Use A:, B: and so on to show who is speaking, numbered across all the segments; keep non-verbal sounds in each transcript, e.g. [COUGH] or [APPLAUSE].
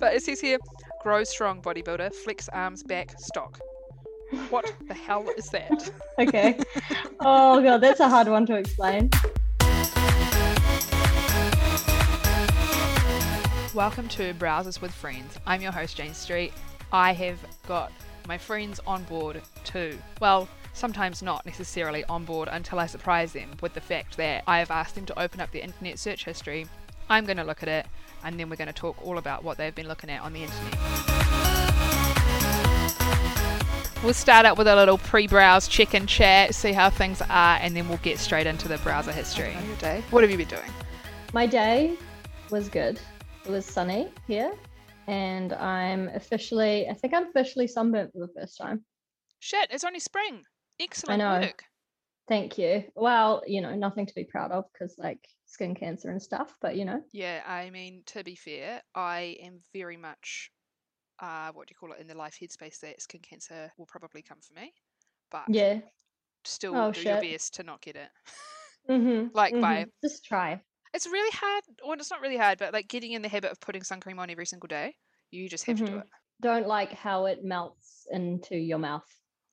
A: But it says here, grows strong bodybuilder, flex arms back, stock. What the hell is that?
B: Okay. oh god, that's a hard one to explain.
A: Welcome to Browsers with Friends. I'm your host, Jane Street. I have got my friends on board too. Well, sometimes not necessarily on board until I surprise them with the fact that I have asked them to open up their internet search history. I'm going to look at it, and then we're going to talk all about what they've been looking at on the internet. We'll start out with a little pre browse check and chat, see how things are, and then we'll get straight into the browser history. What have you been doing?
B: My day was good. It was sunny here, and I'm officially, I think I'm officially sunburnt for the first time.
A: Shit, it's only spring. Excellent
B: know.
A: work.
B: Thank you. Well, you know, nothing to be proud of because like skin cancer and stuff, but you know,
A: Yeah, I mean, to be fair, I am very much, uh, what do you call it, in the life headspace that skin cancer will probably come for me, but
B: yeah.
A: still
B: Oh,
A: do your
B: shit.
A: best to not get it.
B: Mm-hmm.
A: Like by-
B: just try.
A: It's really hard. Well, it's not really hard, but like getting in the habit of putting sun cream on every single day, you just have to do
B: Mhm.
A: it.
B: Don't like how it melts into your mouth.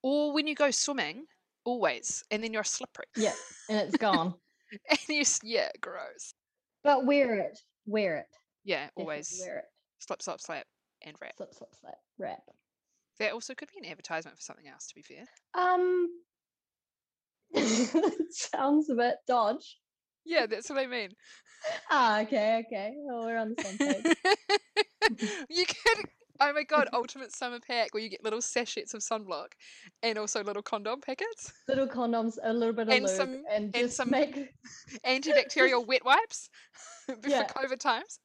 A: Or when you go swimming, always, and then you're slippery.
B: Yeah, and it's gone.
A: [LAUGHS] and you, s- yeah, gross.
B: but wear it. Wear it.
A: Yeah,
B: Definitely
A: always
B: wear it.
A: slip, slap, slap, and wrap.
B: Slip, slip, slip. Wrap.
A: That also could be an advertisement for something else. To be
B: [LAUGHS]
A: fair.
B: Um, that sounds a bit dodge.
A: Yeah, that's what I mean.
B: Ah, okay, okay. Well, we're on the same
A: [LAUGHS]
B: [LAUGHS] page.
A: you could [LAUGHS] oh my god ultimate summer pack where you get little sachets of sunblock and also little condom packets
B: little condoms, a little bit of
A: And
B: lube,
A: some-
B: and just
A: some- [LAUGHS]
B: make [LAUGHS]
A: antibacterial wet wipes [LAUGHS]
B: Yeah.
A: for covid times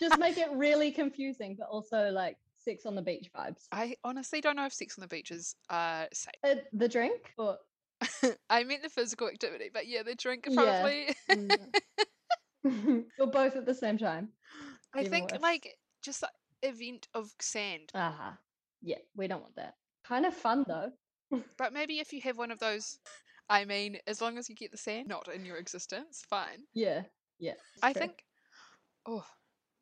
B: just make it really confusing, but also like sex on the beach vibes.
A: i honestly don't know if sex on the beach is uh
B: [LAUGHS]
A: safe
B: Uh, the drink,
A: [LAUGHS]
B: or
A: i meant the physical activity but yeah the drink
B: Yeah.
A: probably [LAUGHS]
B: Mm. [LAUGHS] or both at the same time.
A: i
B: Even
A: think
B: worse.
A: like just the event of sand
B: Ah, yeah, we don't want that. Kind of
A: Mm.
B: fun though.
A: but maybe if you have one of those i mean as long as you get the sand not in your existence fine
B: Yeah, yeah. it's
A: i
B: true.
A: think oh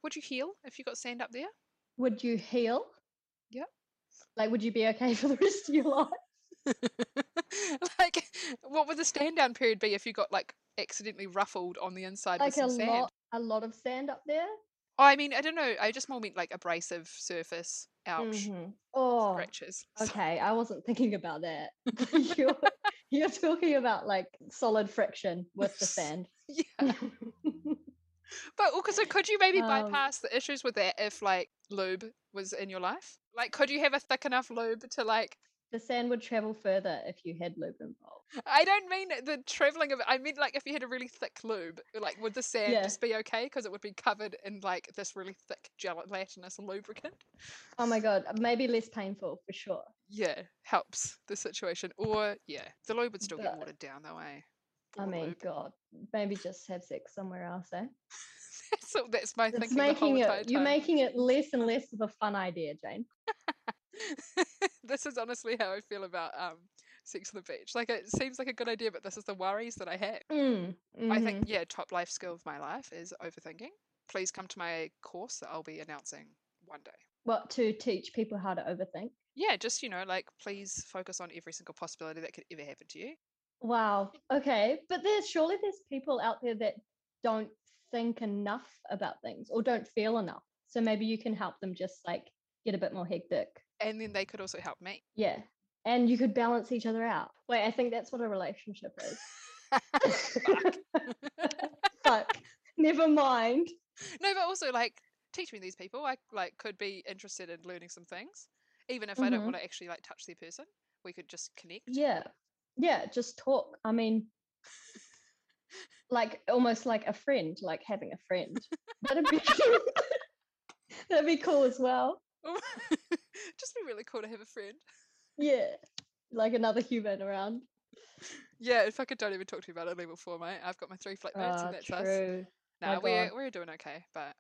A: would you heal if you got sand up there
B: Would you heal?
A: Yep.
B: Like, would you be okay [LAUGHS] for the rest of your life?
A: [LAUGHS] like, what would the stand down period be if you got like accidentally ruffled on the inside
B: Like
A: with
B: a
A: some sand?
B: lot, a lot of sand up there.
A: Oh, I mean, I don't know. I just more meant like abrasive surface. Ouch.
B: Mhm. Oh,
A: Scratches. So-
B: okay. I wasn't thinking about
A: [LAUGHS]
B: that. [LAUGHS] you're, you're talking about like solid friction with
A: [LAUGHS]
B: the sand.
A: yeah. [LAUGHS] But also, could you maybe
B: Um,
A: bypass the issues with that if like lube was in your life? Like, could you have a thick enough lube to like?
B: [LAUGHS] the sand would travel further if you had lube involved.
A: I don't mean the traveling of it. I meant like if you had a really thick lube, like would the sand
B: Yeah.
A: just be okay because it would be covered in like this really thick gelatinous lubricant?
B: Oh my god, maybe less painful for sure.
A: yeah, helps the situation. Or yeah, the lube would still get
B: But-
A: watered down though, eh?
B: I
A: Poor
B: mean,
A: lube.
B: god, maybe just have sex somewhere else. Eh?
A: [LAUGHS] so that's my
B: It's
A: thinking the whole
B: making
A: entire
B: it. You're
A: time.
B: making it less and less of a fun idea, Jane.
A: [LAUGHS] this is honestly how I feel about um sex on the beach. Like it seems like a good idea, but this is the worries that I have.
B: Mm,
A: I
B: mhm.
A: think yeah, top life skill of my life is overthinking. Please come to my course that I'll be announcing one day.
B: What to teach people how to overthink.
A: Yeah, just you know, like please focus on every single possibility that could ever happen to you.
B: Wow. Okay. But there's surely there's people out there that don't think enough about things or don't feel enough. So maybe you can help them just like get a bit more hectic.
A: And then they could also help me.
B: Yeah. And you could balance each other out. Wait, I think that's what a relationship is. [LAUGHS] Fuck. Never mind.
A: No, but also like teach me these people. I like could be interested in learning some things, even if I don't
B: Mhm.
A: want to actually like touch their person. We could just connect.
B: Yeah. Yeah. Just talk. I mean, like almost like a friend, like having a friend. That'd be [LAUGHS] That'd be cool as well.
A: Oh, [LAUGHS] just be really cool to have a friend.
B: Yeah. Like another human around.
A: Yeah, if I could don't even talk to you about it level four, mate. I've got my three flatmates,
B: Ah,
A: and that's us.
B: true. my
A: Nah, we're
B: God.
A: we're doing okay, but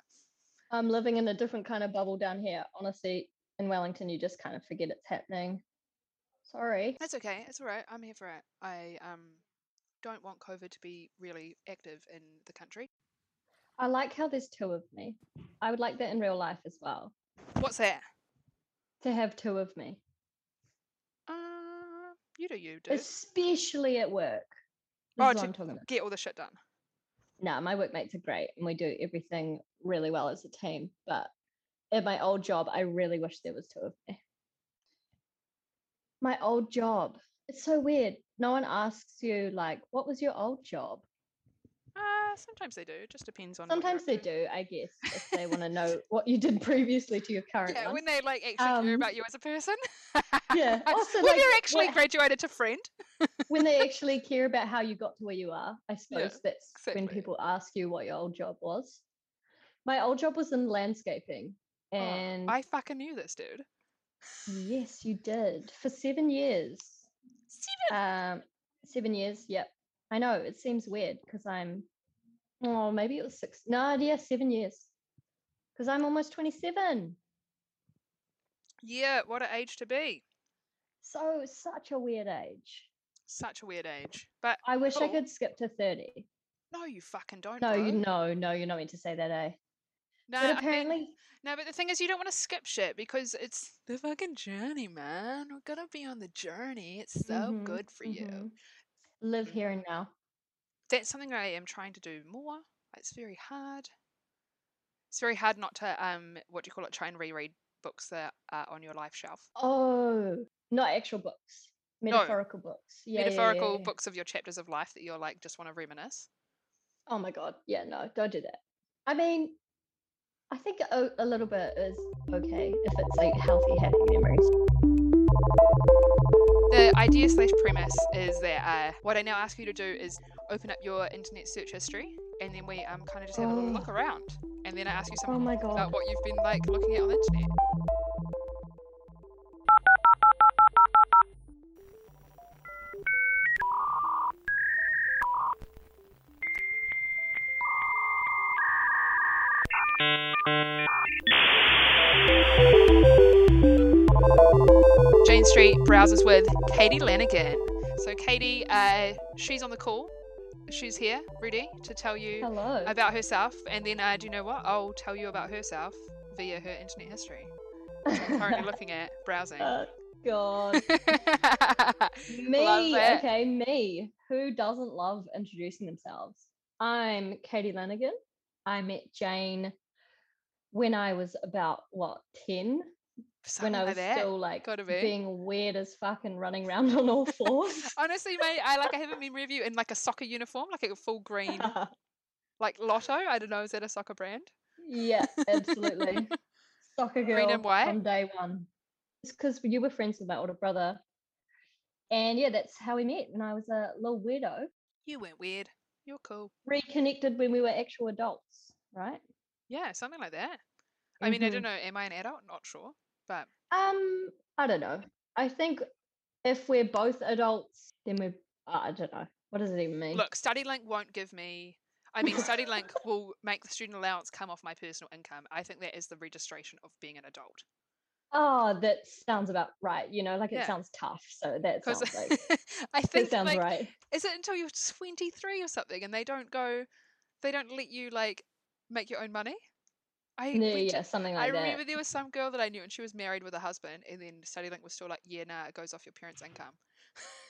B: I'm living in a different kind of bubble down here. Honestly, in Wellington, you just kind of forget it's happening. Sorry.
A: that's okay. It's all right. I'm here for it. I um don't want COVID to be really active in the country.
B: I like how there's two of me. I would like that in real life as well.
A: What's that?
B: to have two of me,
A: Uh, you do you, dude.
B: especially at work. This
A: Oh,
B: is what
A: to-
B: I'm talking about.
A: Get all the shit done.
B: Nah, my workmates are great and we do everything really well as a team. But at my old job, I really wish there was two of me. My old job. It's so weird. No one asks you, like, what was your old job?
A: Uh, sometimes they do. It just depends on. what you're
B: Sometimes
A: up
B: they
A: to.
B: do, I guess, if
A: [LAUGHS]
B: they want to know what you did previously to your current
A: Yeah,
B: one.
A: when they like actually care
B: Um,
A: about you as a person.
B: yeah. Also,
A: [LAUGHS] when
B: like,
A: you're actually
B: what-
A: graduated to friend. [LAUGHS]
B: when they actually care about how you got to where you are, I suppose
A: Yeah,
B: that's when
A: exactly.
B: people ask you what your old job was. My old job was in landscaping.
A: Oh,
B: And
A: I fucking knew this, dude.
B: yes, you did for seven years. Um, seven years. Yep. I know it seems weird because I'm, oh, maybe it was six. No, yeah, seven years. Because I'm almost 27.
A: Yeah, what an age to be.
B: So, such a weird age.
A: Such a weird age. But
B: I wish I
A: Cool.
B: could skip to 30.
A: no, you fucking don't.
B: No, you,
A: bro.
B: no, no, you're not meant to say that, eh?
A: No,
B: but
A: I mean-
B: apparently,
A: no, but the thing is, you don't want to skip shit because it's the fucking journey, man. We're gonna be on the journey. It's so
B: Mhm,
A: good for you.
B: mhm. Live
A: Mhm.
B: here and now.
A: That's something I am trying to do more. It's very hard. It's very hard not to um, what do you call it? Try and reread books that are on your life shelf.
B: Oh, not actual books,
A: No.
B: metaphorical books. Yeah, yeah, yeah,
A: metaphorical
B: yeah.
A: books of your chapters of life that you're like just want to reminisce.
B: Oh my god, yeah, no, don't do that. I mean, I think a, a little bit is okay if it's like healthy, happy memories.
A: The idea slash premise is that uh, what I now ask you to do is open up your internet search history, and then we um kind of just have a little look
B: Oh.
A: around, and then I ask you some
B: Oh my
A: about
B: god.
A: what you've been like looking at on the internet. Jane Street browses with Katie Lanigan. So Katie, uh, she's on the call. She's here, ready to tell you
B: Hello.
A: about herself, and then uh, do you know what? I'll tell you about herself via her internet history. Which I'm
B: [LAUGHS]
A: currently looking at browsing. [LAUGHS]
B: oh god.
A: Love
B: me.
A: it.
B: Okay, me. Who doesn't love introducing themselves? I'm Katie Lanigan. I met Jane when I was about what, 10?
A: Something
B: when I
A: like
B: was
A: that.
B: still [LAUGHS] like
A: Gotta be.
B: being weird as fuck and running around on all fours.
A: [LAUGHS] Honestly, mate, I like I have a memory of you in like a soccer uniform, like a full
B: [LAUGHS]
A: green, like Lotto. I don't know, is that a soccer brand?
B: yeah, absolutely. [LAUGHS] Soccer girl
A: and white.
B: from day one. It's because you were friends with my older brother, and yeah, that's how we met. And I was a little weirdo.
A: You went weird. You're cool.
B: Reconnected when we were actual adults, right?
A: Yeah, something like that. I mean, I
B: Mhm.
A: don't know. Am I an adult? Not sure. But
B: Um, I don't know. I think if we're both adults, then we're. uh, I don't know. What does it even mean?
A: look, StudyLink won't give me. I
B: [LAUGHS]
A: mean, StudyLink will make the student allowance come off my personal income. I think that is the registration of being an adult.
B: Oh, that sounds about right. You know, like it
A: Yeah.
B: sounds tough. So that
A: Because
B: sounds like
A: [LAUGHS] I
B: that
A: think
B: sounds
A: like,
B: right.
A: is it until you're 23 or something and they don't go, they don't let you like make your own money? I
B: Yeah,
A: we did-
B: yeah, something
A: I
B: like that.
A: remember there was some girl that I knew and she was married with a husband, and then StudyLink was still like, yeah, nah, it goes off your parents' income.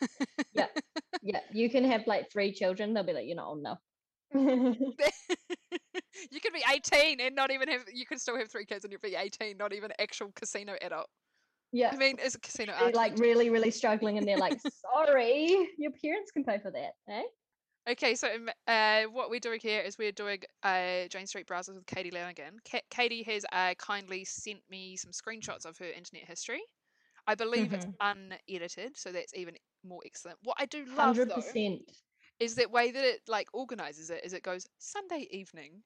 A: [LAUGHS]
B: yeah, you can have like three children. They'll be like, you're not old enough.
A: [LAUGHS]
B: [LAUGHS] no,
A: you could be 18 and not even have, you could still have three kids and you'd be 18, not even actual casino adult.
B: yeah,
A: I mean, is a casino
B: they're
A: adult. [LAUGHS]
B: like really, really struggling, and they're like, sorry, your parents can pay for that, eh?
A: Okay, so um, uh, what we're doing here is we're doing uh, Jane Street Browsers with Katie Lanigan. Ka- Katie has uh, kindly sent me some screenshots of her internet history. I believe it's unedited, so that's even more excellent. What I do love
B: Mm-hmm. Hundred
A: though
B: percent.
A: is that way that it like organizes it is it goes Sunday evening,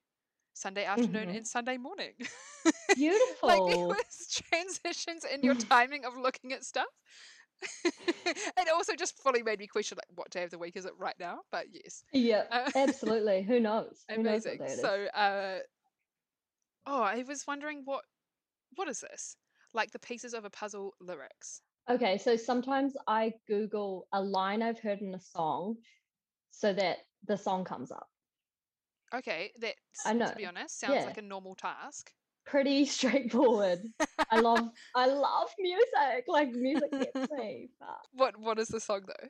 A: Sunday afternoon,
B: Mhm.
A: and Sunday morning. [LAUGHS] [LAUGHS] like it
B: Beautiful.
A: was transitions in
B: [LAUGHS]
A: your timing of looking at stuff. [LAUGHS] it also just fully made me question like what day of the week is it right now? But yes.
B: yeah,
A: Uh,
B: absolutely. Who knows? Who knows
A: Amazing.
B: what that is?
A: So, uh, oh, I was wondering what what is this? Like the pieces of a puzzle lyrics.
B: Okay, so sometimes I Google a line I've heard in a song, so that the song comes up.
A: Okay, that
B: I
A: to be
B: know.
A: honest sounds
B: Yeah.
A: like a normal task.
B: pretty [LAUGHS] straightforward. I love I love music. Like music
A: [LAUGHS]
B: gets me. But
A: What What is the song though?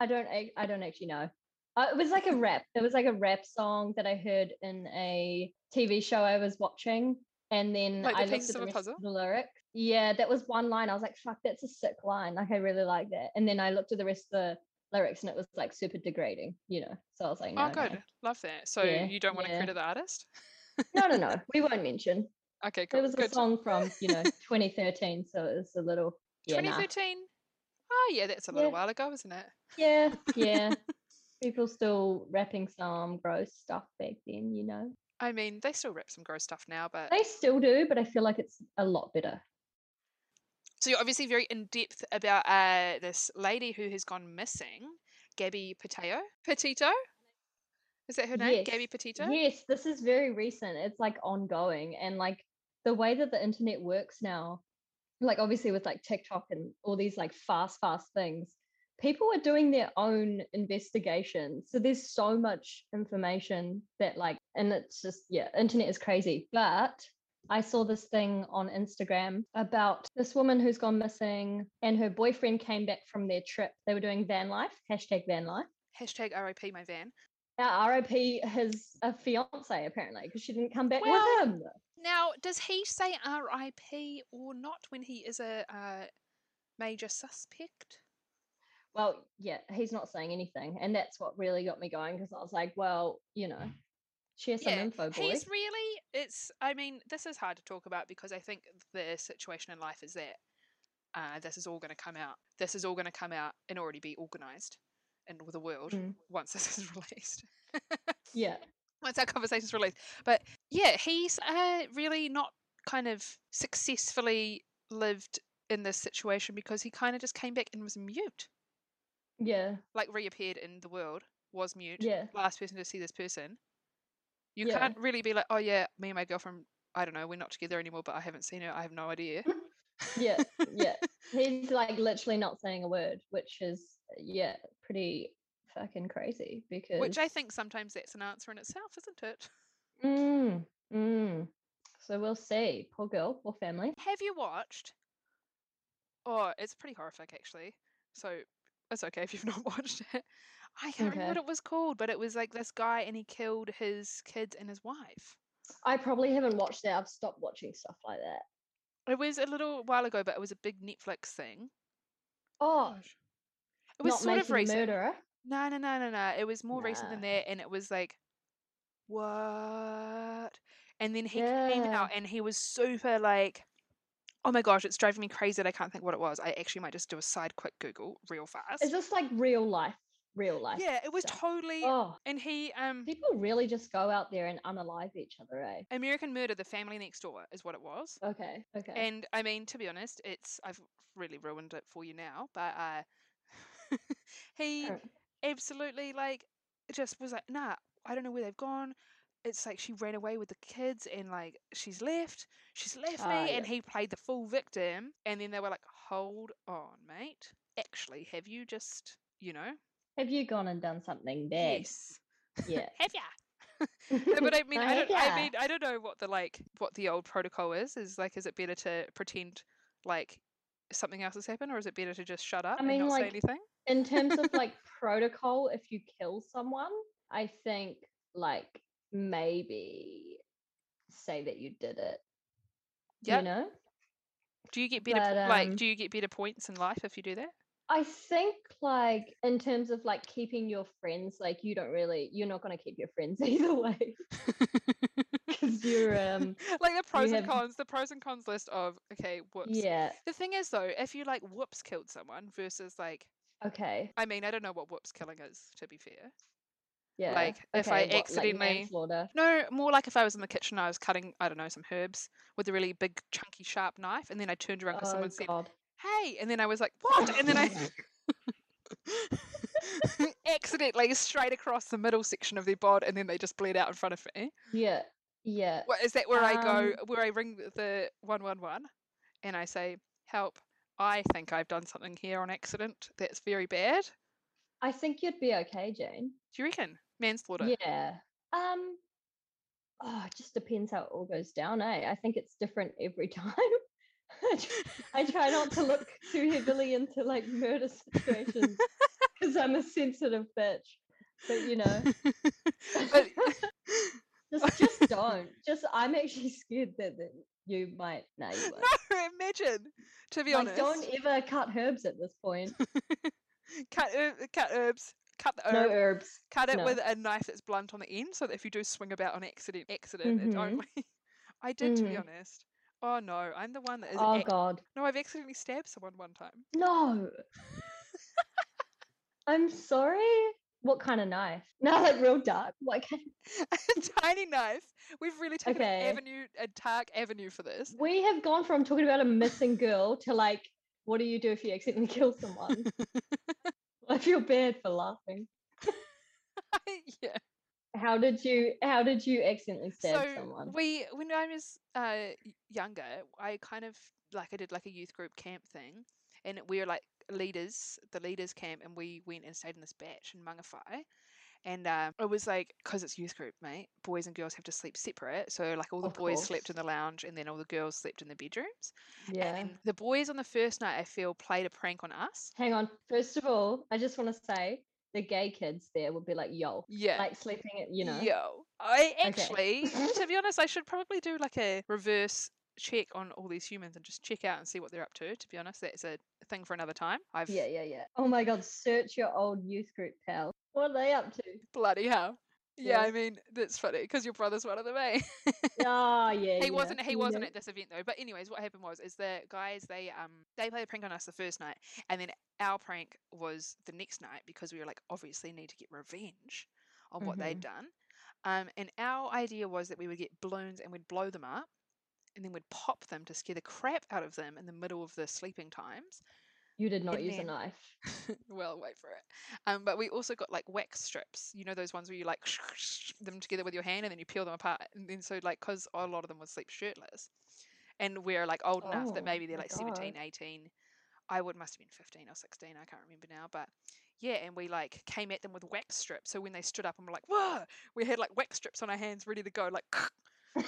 B: I don't ac- I don't actually know. Uh, it was
A: [LAUGHS]
B: like a rap. It was like a rap song that I heard in a TV show I was watching, and then
A: Like the
B: I looked
A: pieces
B: at the
A: of a
B: rest
A: puzzle?
B: of the lyrics. Yeah, that was one line. I was like, "Fuck, that's a sick line." Like I really like that. And then I looked at the rest of the lyrics, and it was like super degrading, you know. So I was like, "No,
A: oh, good. Love that. So
B: Yeah,
A: you don't want to
B: yeah.
A: credit the artist?
B: no, no, no,
A: [LAUGHS]
B: no. We won't mention."
A: Okay,
B: It
A: cool.
B: was a
A: Good.
B: song from you
A: [LAUGHS]
B: know 2013, so it was a little yeah, nah.
A: 2013. Oh, yeah, that's a little
B: Yeah.
A: while ago, isn't it?
B: yeah,
A: [LAUGHS]
B: yeah. People still rapping some gross stuff back then, you know.
A: I mean, they still rap some gross stuff now, but
B: They still do, but I feel like it's a lot better.
A: so you're obviously very in depth about uh, this lady who has gone missing, Gabby Pateo. Petito, is that her name? Gabby
B: Yes,
A: Petito.
B: Yes, this is very recent. It's like ongoing and like the way that the internet works now, like obviously with like TikTok and all these like fast, fast things, people are doing their own investigation. So there's so much information that like, and it's just, yeah, internet is crazy. But I saw this thing on Instagram about this woman who's gone missing and her boyfriend came back from their trip. They were doing van life, hashtag van life.
A: Hashtag RIP my van.
B: Now, ROP his a fiance apparently because she didn't come back
A: Well-
B: with him.
A: Now, does he say RIP or not when he is a uh, major suspect?
B: Well, yeah, he's not saying anything, and that's what really got me going because I was like, well, you know, share some info, boy.
A: he's really. It's. I mean, this is hard to talk about because I think the situation in life is that uh, this is all going to come out. This is all going to come out and already be organised in the world
B: Mm.
A: once [LAUGHS] this is released.
B: yeah,
A: once our conversation's released. But yeah, he's uh, really not kind of successfully lived in this situation because he kind of just came back and was mute,
B: yeah,
A: like reappeared in the world, was mute,
B: yeah,
A: last person to see this person. You
B: Yeah.
A: can't really be like, oh yeah, me and my girlfriend, I don't know, we're not together anymore, but I haven't seen her, I have no idea.
B: yeah,
A: [LAUGHS]
B: yeah. He's like literally not saying a word, which is yeah, pretty fucking crazy because
A: Which I think sometimes that's an answer in itself, isn't it?
B: Mm, mm. So we'll see. Poor girl, poor family.
A: Have you watched? Oh, it's pretty horrific actually. So it's okay if you've [LAUGHS] not watched it. I can't remember
B: Okay.
A: what it was called, but it was like this guy and he killed his kids and his wife.
B: I probably haven't watched that. I've stopped watching stuff like that.
A: It was a little while ago, but it was a big Netflix thing.
B: Oh,
A: It was sort
B: not
A: of
B: making a
A: recent.
B: murderer.
A: No, no, no, no, no. It was more recent than
B: Nah.
A: that, and it was like, what? And then he came
B: Yeah.
A: out, and he was super like, oh my gosh, it's driving me crazy that I can't think what it was. I actually might just do a side quick Google real fast.
B: Is this like real life? Real life?
A: yeah, it was
B: stuff?
A: totally.
B: Oh,
A: And he, um,
B: people really just go out there and unalive each other, eh?
A: American Murder: The Family Next Door is what it was.
B: Okay, okay.
A: And I mean, to be honest, it's I've really ruined it for you now, but uh, [LAUGHS] he
B: Alright.
A: absolutely like just was like, nah, I don't know where they've gone. It's like she ran away with the kids and like she's left, she's left
B: Ah,
A: me,
B: yeah.
A: and he played the full victim. And then they were like, hold on, mate. Actually, have you just, you know,
B: Have you gone and done something bad?
A: yes,
B: Yeah.
A: [LAUGHS] have
B: [LAUGHS]
A: ya? No, but I mean, I
B: have
A: don't. I
B: ya?
A: mean, I don't know what the like, what the old protocol is. Is like, is it better to pretend like something else has happened, or is it better to just shut up
B: mean,
A: and not say
B: like,
A: anything?
B: [LAUGHS] in terms
A: [LAUGHS]
B: of like protocol, if you kill someone, I think like maybe say that you did it.
A: Yeah.
B: You know?
A: do you get better?
B: but,
A: po- like,
B: um,
A: do you get better points in life if you do that?
B: I think like in terms of like keeping your friends, like you don't really you're not gonna keep your friends [LAUGHS] either
A: [LAUGHS]
B: way. Because you're um
A: like the pros and
B: have-
A: cons, the pros and cons list of okay, whoops.
B: yeah,
A: The thing is though, if you like whoops killed someone versus like,
B: okay.
A: I mean, I don't know what whoops killing is. To be fair,
B: Yeah.
A: Like, if I
B: what- like
A: accidentally-
B: manslaughter.
A: no, more like if I was in the kitchen, I was cutting, I don't know, some herbs with a really big chunky sharp knife, and then I turned around because
B: Oh
A: someone said,
B: god.
A: hey and then i was like what and then i
B: [LAUGHS]
A: [LAUGHS] accidentally straight across the middle section of their bod and then they just bled out in front of me
B: Yeah. Yeah.
A: what is that where i go
B: Um,
A: where i ring th- the 111 and i say help i think i've done something here on accident that's very bad
B: I think you'd be okay, Jane.
A: do you reckon manslaughter
B: Yeah. Um oh, it just depends how it all goes down. Eh? I think it's different every [LAUGHS] time. I tr- I try not to look too heavily into like murder
A: [LAUGHS]
B: situations because I'm a sensitive bitch. But you know,
A: [LAUGHS] but [LAUGHS]
B: just just don't. Just I'm actually scared that, that you might. No, you won't.
A: imagine, to be
B: [LAUGHS] like,
A: honest,
B: don't ever cut herbs at this point.
A: cut herb, cut herbs, cut the herb,
B: No herbs.
A: cut it
B: no.
A: with a knife that's blunt on the end, so that if you do swing about on accident, accident it
B: Mhm.
A: only. [LAUGHS] I did, to be
B: Mhm.
A: honest. Oh no, I'm the one that is.
B: Oh
A: ac-
B: God,
A: no, I've accidentally stabbed someone one time. [LAUGHS]
B: no. I'm sorry. What kind of knife? [LAUGHS] No, like real dark. What kind?
A: [LAUGHS] a tiny knife. We've really taken
B: Okay.
A: an avenue, a dark avenue for this. [LAUGHS]
B: We have gone from talking about a missing girl to like, what do you do if you accidentally kill
A: [LAUGHS]
B: someone? I feel bad for laughing.
A: yeah.
B: How did you? How did you accidentally stab
A: so
B: someone?
A: we, when I was uh, y- younger, I kind of like I did like a youth group camp thing, and we were like leaders, the leaders camp, and we went and stayed in this batch in Mangawhai. And um, it was like, because it's youth group, mate, boys and girls have to sleep separate. So, like, all the
B: Of
A: boys
B: course.
A: slept in the lounge and then all the girls slept in the bedrooms.
B: yeah.
A: And then the boys on the first night, I feel, played a prank on us.
B: Hang on. First of all, I just want to say the gay kids there would be like, yo,
A: Yeah.
B: like sleeping at, you know.
A: Yo, I
B: Okay.
A: actually, to
B: [LAUGHS]
A: be honest, I should probably do like a reverse check on all these humans and just check out and see what they're up to. To be honest, that's a thing for another time. I've
B: Yeah, yeah, yeah. Oh my God, search your old youth group, pal. What are
A: [LAUGHS]
B: they up to?
A: bloody hell. Yeah,
B: Yeah.
A: I mean that's funny because your brother's one of them, eh?
B: Oh, yeah.
A: he
B: yeah,
A: wasn't. He
B: you
A: wasn't
B: know.
A: at this event though. But anyways, what happened was is the guys they um they played a prank on us the first night, and then our prank was the next night because we were like obviously need to get revenge on what they'd
B: Mm-hmm.
A: done. Um, and our idea was that we would get balloons and we'd blow them up, and then we'd pop them to scare the crap out of them in the middle of the sleeping times.
B: You did not
A: And
B: use a
A: then-
B: knife.
A: well, wait for it. Um, but we also got like wax strips, you know those ones where you like them together with your hand and then you peel them apart. And then so like, cause a lot of them would sleep shirtless, and we're like old enough that
B: Oh,
A: maybe they're
B: my
A: like 17, 18. I would must have been 15 or 16. I can't remember now, but yeah. And we like came at them with wax strips. So when they stood up and were like, whoa, we had like wax strips on our hands ready to go,
B: [LAUGHS]
A: like. [LAUGHS]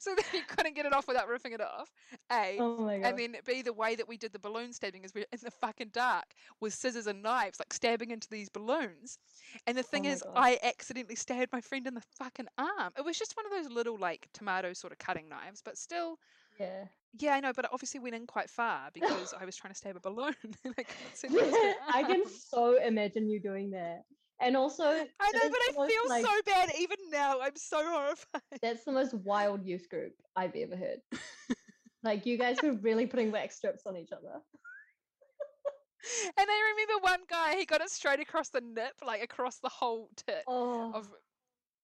A: so that you couldn't get it off without ripping it off. A.
B: oh my God.
A: and then B, the way that we did the balloon stabbing is we're in the fucking dark with scissors and knives, like stabbing into these balloons. And the thing
B: Oh my
A: is,
B: God.
A: I accidentally stabbed my friend in the fucking arm. It was just one of those little, like, tomato sort of cutting knives, but still,
B: yeah.
A: [LAUGHS] yeah, I know, but it obviously went in quite far because I was trying to stab a balloon [LAUGHS] and I couldn't see what was
B: Yeah,
A: her
B: [LAUGHS] I can
A: arm.
B: so imagine you doing that. And also,
A: I know,
B: that is
A: but I
B: the most,
A: feel
B: like,
A: so bad even now. I'm so horrified. [LAUGHS]
B: That's the most wild youth group I've ever heard. like you guys were really putting wax strips on each
A: [LAUGHS]
B: other.
A: And I remember one guy, he got it straight across the nip, like across the whole tip.
B: Oh,
A: of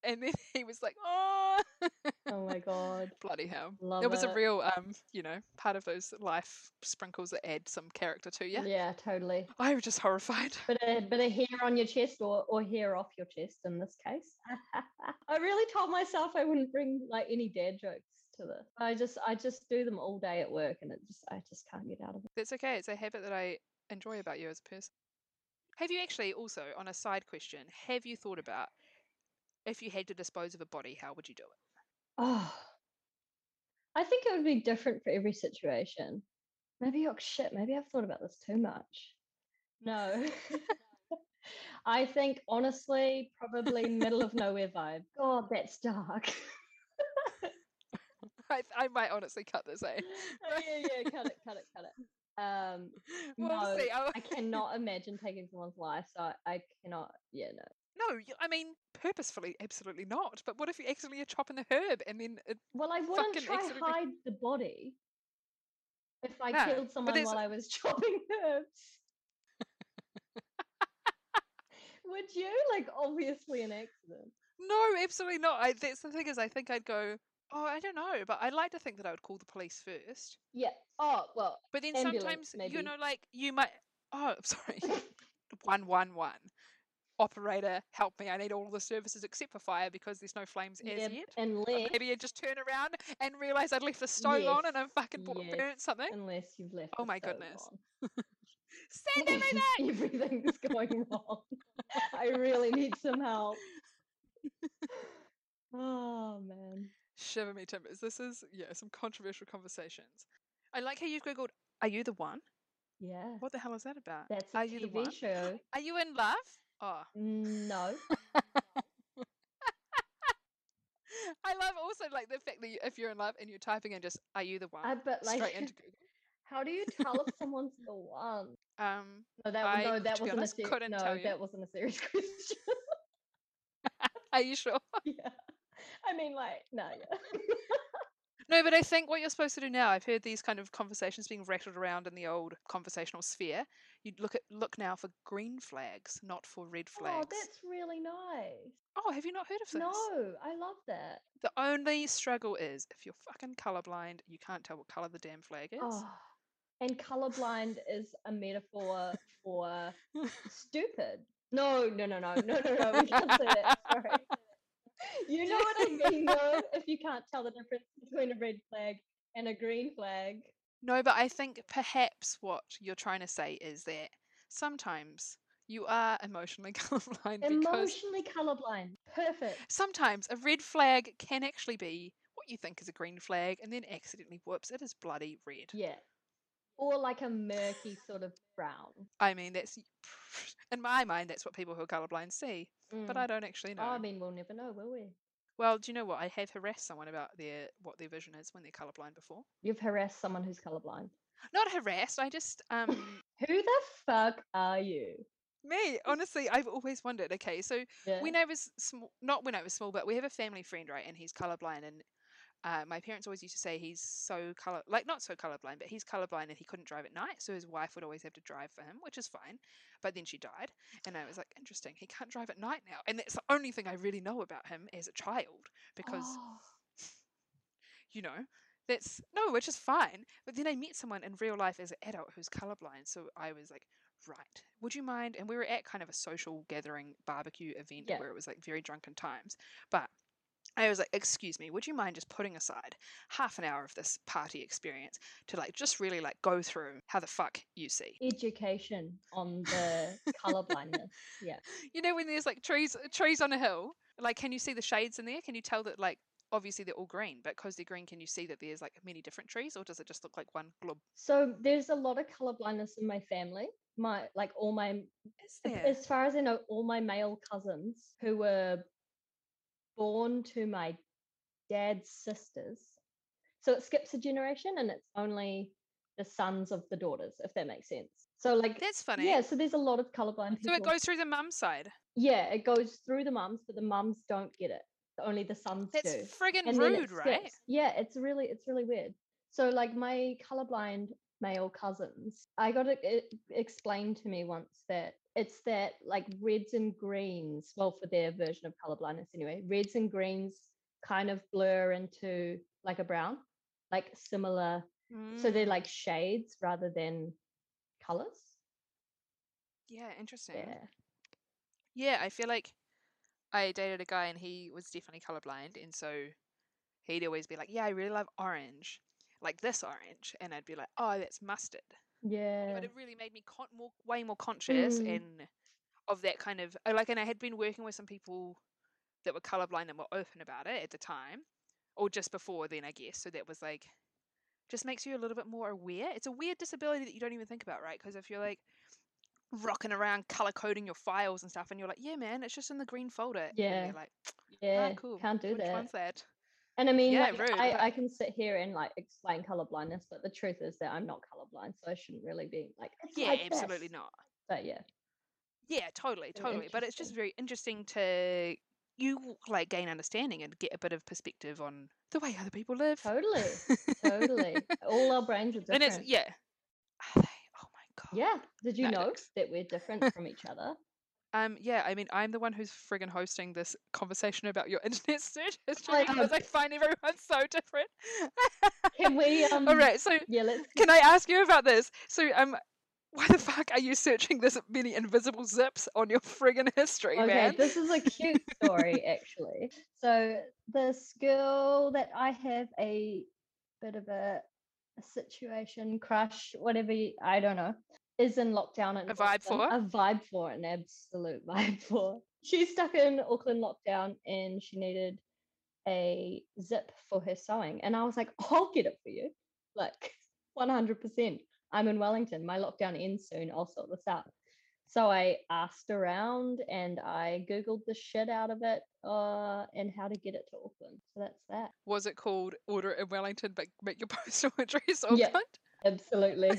A: and then [LAUGHS] he was like, "Oh,
B: oh my god.
A: bloody hell!"
B: Love
A: it was a
B: it.
A: real, um, you know, part of those life sprinkles that add some character to you.
B: Yeah, totally.
A: I was just horrified. [LAUGHS]
B: But a bit of hair on your chest or, or hair off your chest in this case. [LAUGHS] I really told myself I wouldn't bring like any dad jokes to this. I just I just do them all day at work and it just I just can't get out of it.
A: That's okay. It's a habit that I enjoy about you as a person. Have you actually also, on a side question, have you thought about if you had to dispose of a body, how would you do it? [LAUGHS]
B: Oh, [SIGHS] I think it would be different for every situation. Maybe oh shit, maybe I've thought about this too much. No. [LAUGHS] I think honestly, probably middle of nowhere vibe. God, that's dark.
A: I, th- I might honestly cut this.
B: [LAUGHS]
A: Eh?
B: [LAUGHS]
A: [LAUGHS]
B: Oh, yeah, yeah, cut it, cut it, cut it. [LAUGHS] Um,
A: We'll
B: No,
A: see. I,
B: I cannot imagine taking someone's life, so I, I cannot. Yeah, no.
A: no, you- I mean purposefully, absolutely not. But what if you accidentally are chopping the herb and then it
B: Well, I wouldn't
A: Fucking
B: try
A: accidentally-
B: hide the body if I
A: No,
B: killed someone
A: there's-
B: while I was [LAUGHS] chopping [LAUGHS] herbs. Would you? Like, obviously, an accident.
A: No, absolutely not. I, that's the thing is, I think I'd go. Oh, I don't know, but I'd like to think that I would call the police first.
B: Yeah. Oh well.
A: But then
B: Ambulance,
A: sometimes,
B: maybe.
A: you know, like you might. Oh, [LAUGHS] I'm sorry. one one one. Operator, help me! I need all the services except for fire because there's no flames as
B: yeah,
A: yet. But
B: Unless
A: maybe I just turn around and realize I'd left the stove on and I
B: Yes,
A: fucking bought,
B: yes,
A: burnt something.
B: unless you've left.
A: Oh
B: the
A: my
B: stove
A: goodness.
B: [LAUGHS] on.
A: Send everything.
B: [LAUGHS] Everything's [LAUGHS] going wrong. I really need some help. [SIGHS] Oh man.
A: Shiver me timbers. This is, yeah, some controversial conversations. I like how you've Googled, Are You the One?
B: Yeah.
A: What the hell is that about?
B: That's a
A: Are
B: TV
A: You the One?
B: show.
A: Are you in love? Oh, [LAUGHS]
B: No.
A: [LAUGHS] I love also like the fact that you, if you're in love and you're typing in just Are You the One?
B: I but
A: straight
B: like
A: into Google.
B: how do you tell if someone's the one?
A: Um,
B: No, that
A: I,
B: no, that
A: to be
B: wasn't
A: honest,
B: a serious
A: couldn't
B: no,
A: tell you.
B: that wasn't a serious [LAUGHS] question.
A: [LAUGHS] are you sure?
B: yeah. I mean like no, yeah.
A: No, but I think what you're supposed to do now, I've heard these kind of conversations being rattled around in the old conversational sphere. You look at look now for green flags, not for red
B: Oh,
A: flags.
B: that's really nice.
A: Oh, have you not heard of this?
B: No, I love that.
A: The only struggle is if you're fucking colorblind, you can't tell what color the damn flag is.
B: Oh. And colorblind is a metaphor
A: [LAUGHS]
B: for stupid. No, no, no, no, no, no, no. We can't say that. Sorry. You know what
A: [LAUGHS]
B: I mean, though. If you can't tell the difference between a red flag and a green flag,
A: No, but I think perhaps what you're trying to say is that sometimes you are emotionally [LAUGHS] colorblind because
B: emotionally colorblind. Perfect.
A: sometimes a red flag can actually be what you think is a green flag and then accidentally whoops, it is bloody red.
B: Yeah. Or like a murky sort of brown.
A: I mean, that's [LAUGHS] in my mind, that's what people who are colorblind see, but
B: Mm.
A: I don't actually know.
B: Oh, I mean, we'll never know, will we?
A: well, do you know what? I have harassed someone about their what their vision is when they're colorblind before.
B: You've harassed someone who's colorblind.
A: Not harassed. I just um
B: Who the fuck are you?
A: [LAUGHS] me honestly, I've always wondered. Okay, so
B: Yeah.
A: when I was small, not when I was small, but we have a family friend, right? And he's colorblind, and uh, my parents always used to say he's so color, like not so colorblind, but he's colorblind, and he couldn't drive at night, so his wife would always have to drive for him, which is fine. But then she died, and I was like, interesting, he can't drive at night now, and that's the only thing I really know about him as a child, because
B: [GASPS] Oh,
A: you know. That's no, which is fine. But then I met someone in real life as an adult who's colorblind, so I was like, right, would you mind? And we were at kind of a social gathering barbecue event
B: Yeah.
A: where it was like very drunken times. But I was like, excuse me, would you mind just putting aside half an hour of this party experience to like just really like go through how the fuck you see?
B: education on the
A: [LAUGHS]
B: colorblindness. Yeah.
A: You know when there's like trees trees on a hill, like can you see the shades in there? Can you tell that like obviously they're all green, but because they're green, can you see that there's like many different trees, or does it just look like one glob?
B: So there's a lot of colorblindness in my family. My like all my
A: Is
B: as-
A: there?
B: as far as I know, all my male cousins who were born to my dad's sisters. So it skips a generation and it's only the sons of the daughters, if that makes sense. So like
A: That's funny.
B: yeah, so there's a lot of colorblind
A: So
B: people.
A: it goes through the mum side.
B: yeah, it goes through the mums, but the mums don't get it. Only the sons
A: That's
B: do.
A: friggin'
B: and then it
A: rude, right?
B: skips. Yeah, it's really it's really weird. So like my colorblind male cousins, I got it, it explained to me once that it's that like reds and greens, well for their version of colorblindness anyway, reds and greens kind of blur into like a brown, like similar. So they're
A: Mm,
B: like shades rather than colors.
A: yeah, interesting. Yeah.
B: Yeah.
A: I feel like I dated a guy and he was definitely colorblind, and so he'd always be like, "Yeah, I really love orange, like this orange," and I'd be like, "Oh, that's mustard,"
B: Yeah.
A: but it really made me con- more, way more conscious
B: Mm.
A: and of that kind of I like. And I had been working with some people that were colorblind and were open about it at the time, or just before then, I guess. So that was like just makes you a little bit more aware. It's a weird disability that you don't even think about, right? Because if you're like rocking around color coding your files and stuff, and you're like, yeah, man, it's just in the green folder. And
B: Yeah.
A: you're like,
B: yeah.
A: ah, cool.
B: Can't do
A: Which
B: that.
A: one's that?
B: And I mean,
A: Yeah,
B: like,
A: rude, but-
B: I, I can sit here and like explain colorblindness, but the truth is that I'm not colorblind, so I shouldn't really be like, it's
A: Yeah,
B: like
A: absolutely
B: this."
A: not.
B: But yeah,
A: Yeah, totally,
B: So
A: totally. But it's just
B: interesting.
A: very interesting to you like gain understanding and get a bit of perspective on the way other people live. [LAUGHS]
B: totally, totally. All our brains are
A: and
B: different.
A: it's yeah. Are they? Oh my god.
B: yeah. Did you
A: No,
B: know
A: it's-
B: that we're
A: [LAUGHS]
B: different from each other?
A: Um. Yeah. I mean, I'm the one who's friggin' hosting this conversation about your [LAUGHS] internet search history
B: I
A: because
B: know.
A: I find everyone so different.
B: Can we?
A: [LAUGHS]
B: Um,
A: All right. So
B: Yeah, let's.
A: can I ask you about this? So um. Why the fuck are you searching this many invisible zips on your friggin' history,
B: Okay,
A: man?
B: this is a cute
A: [LAUGHS]
B: story actually. So this girl that I have a bit of a, a situation, crush, whatever you, I don't know, is in lockdown and
A: A vibe for?
B: a vibe for [LAUGHS] an absolute vibe for. She's stuck in Auckland lockdown and she needed a zip for her sewing. And I was like, I'll get it for you. Like [LAUGHS] 100%. I'm in Wellington. My lockdown ends soon. I'll sort this out. So I asked around and I Googled the shit out of it uh, and how to get it to Auckland. So that's that.
A: Was it called Order in Wellington, but make your [LAUGHS] postal address Auckland?
B: Yeah. Absolutely.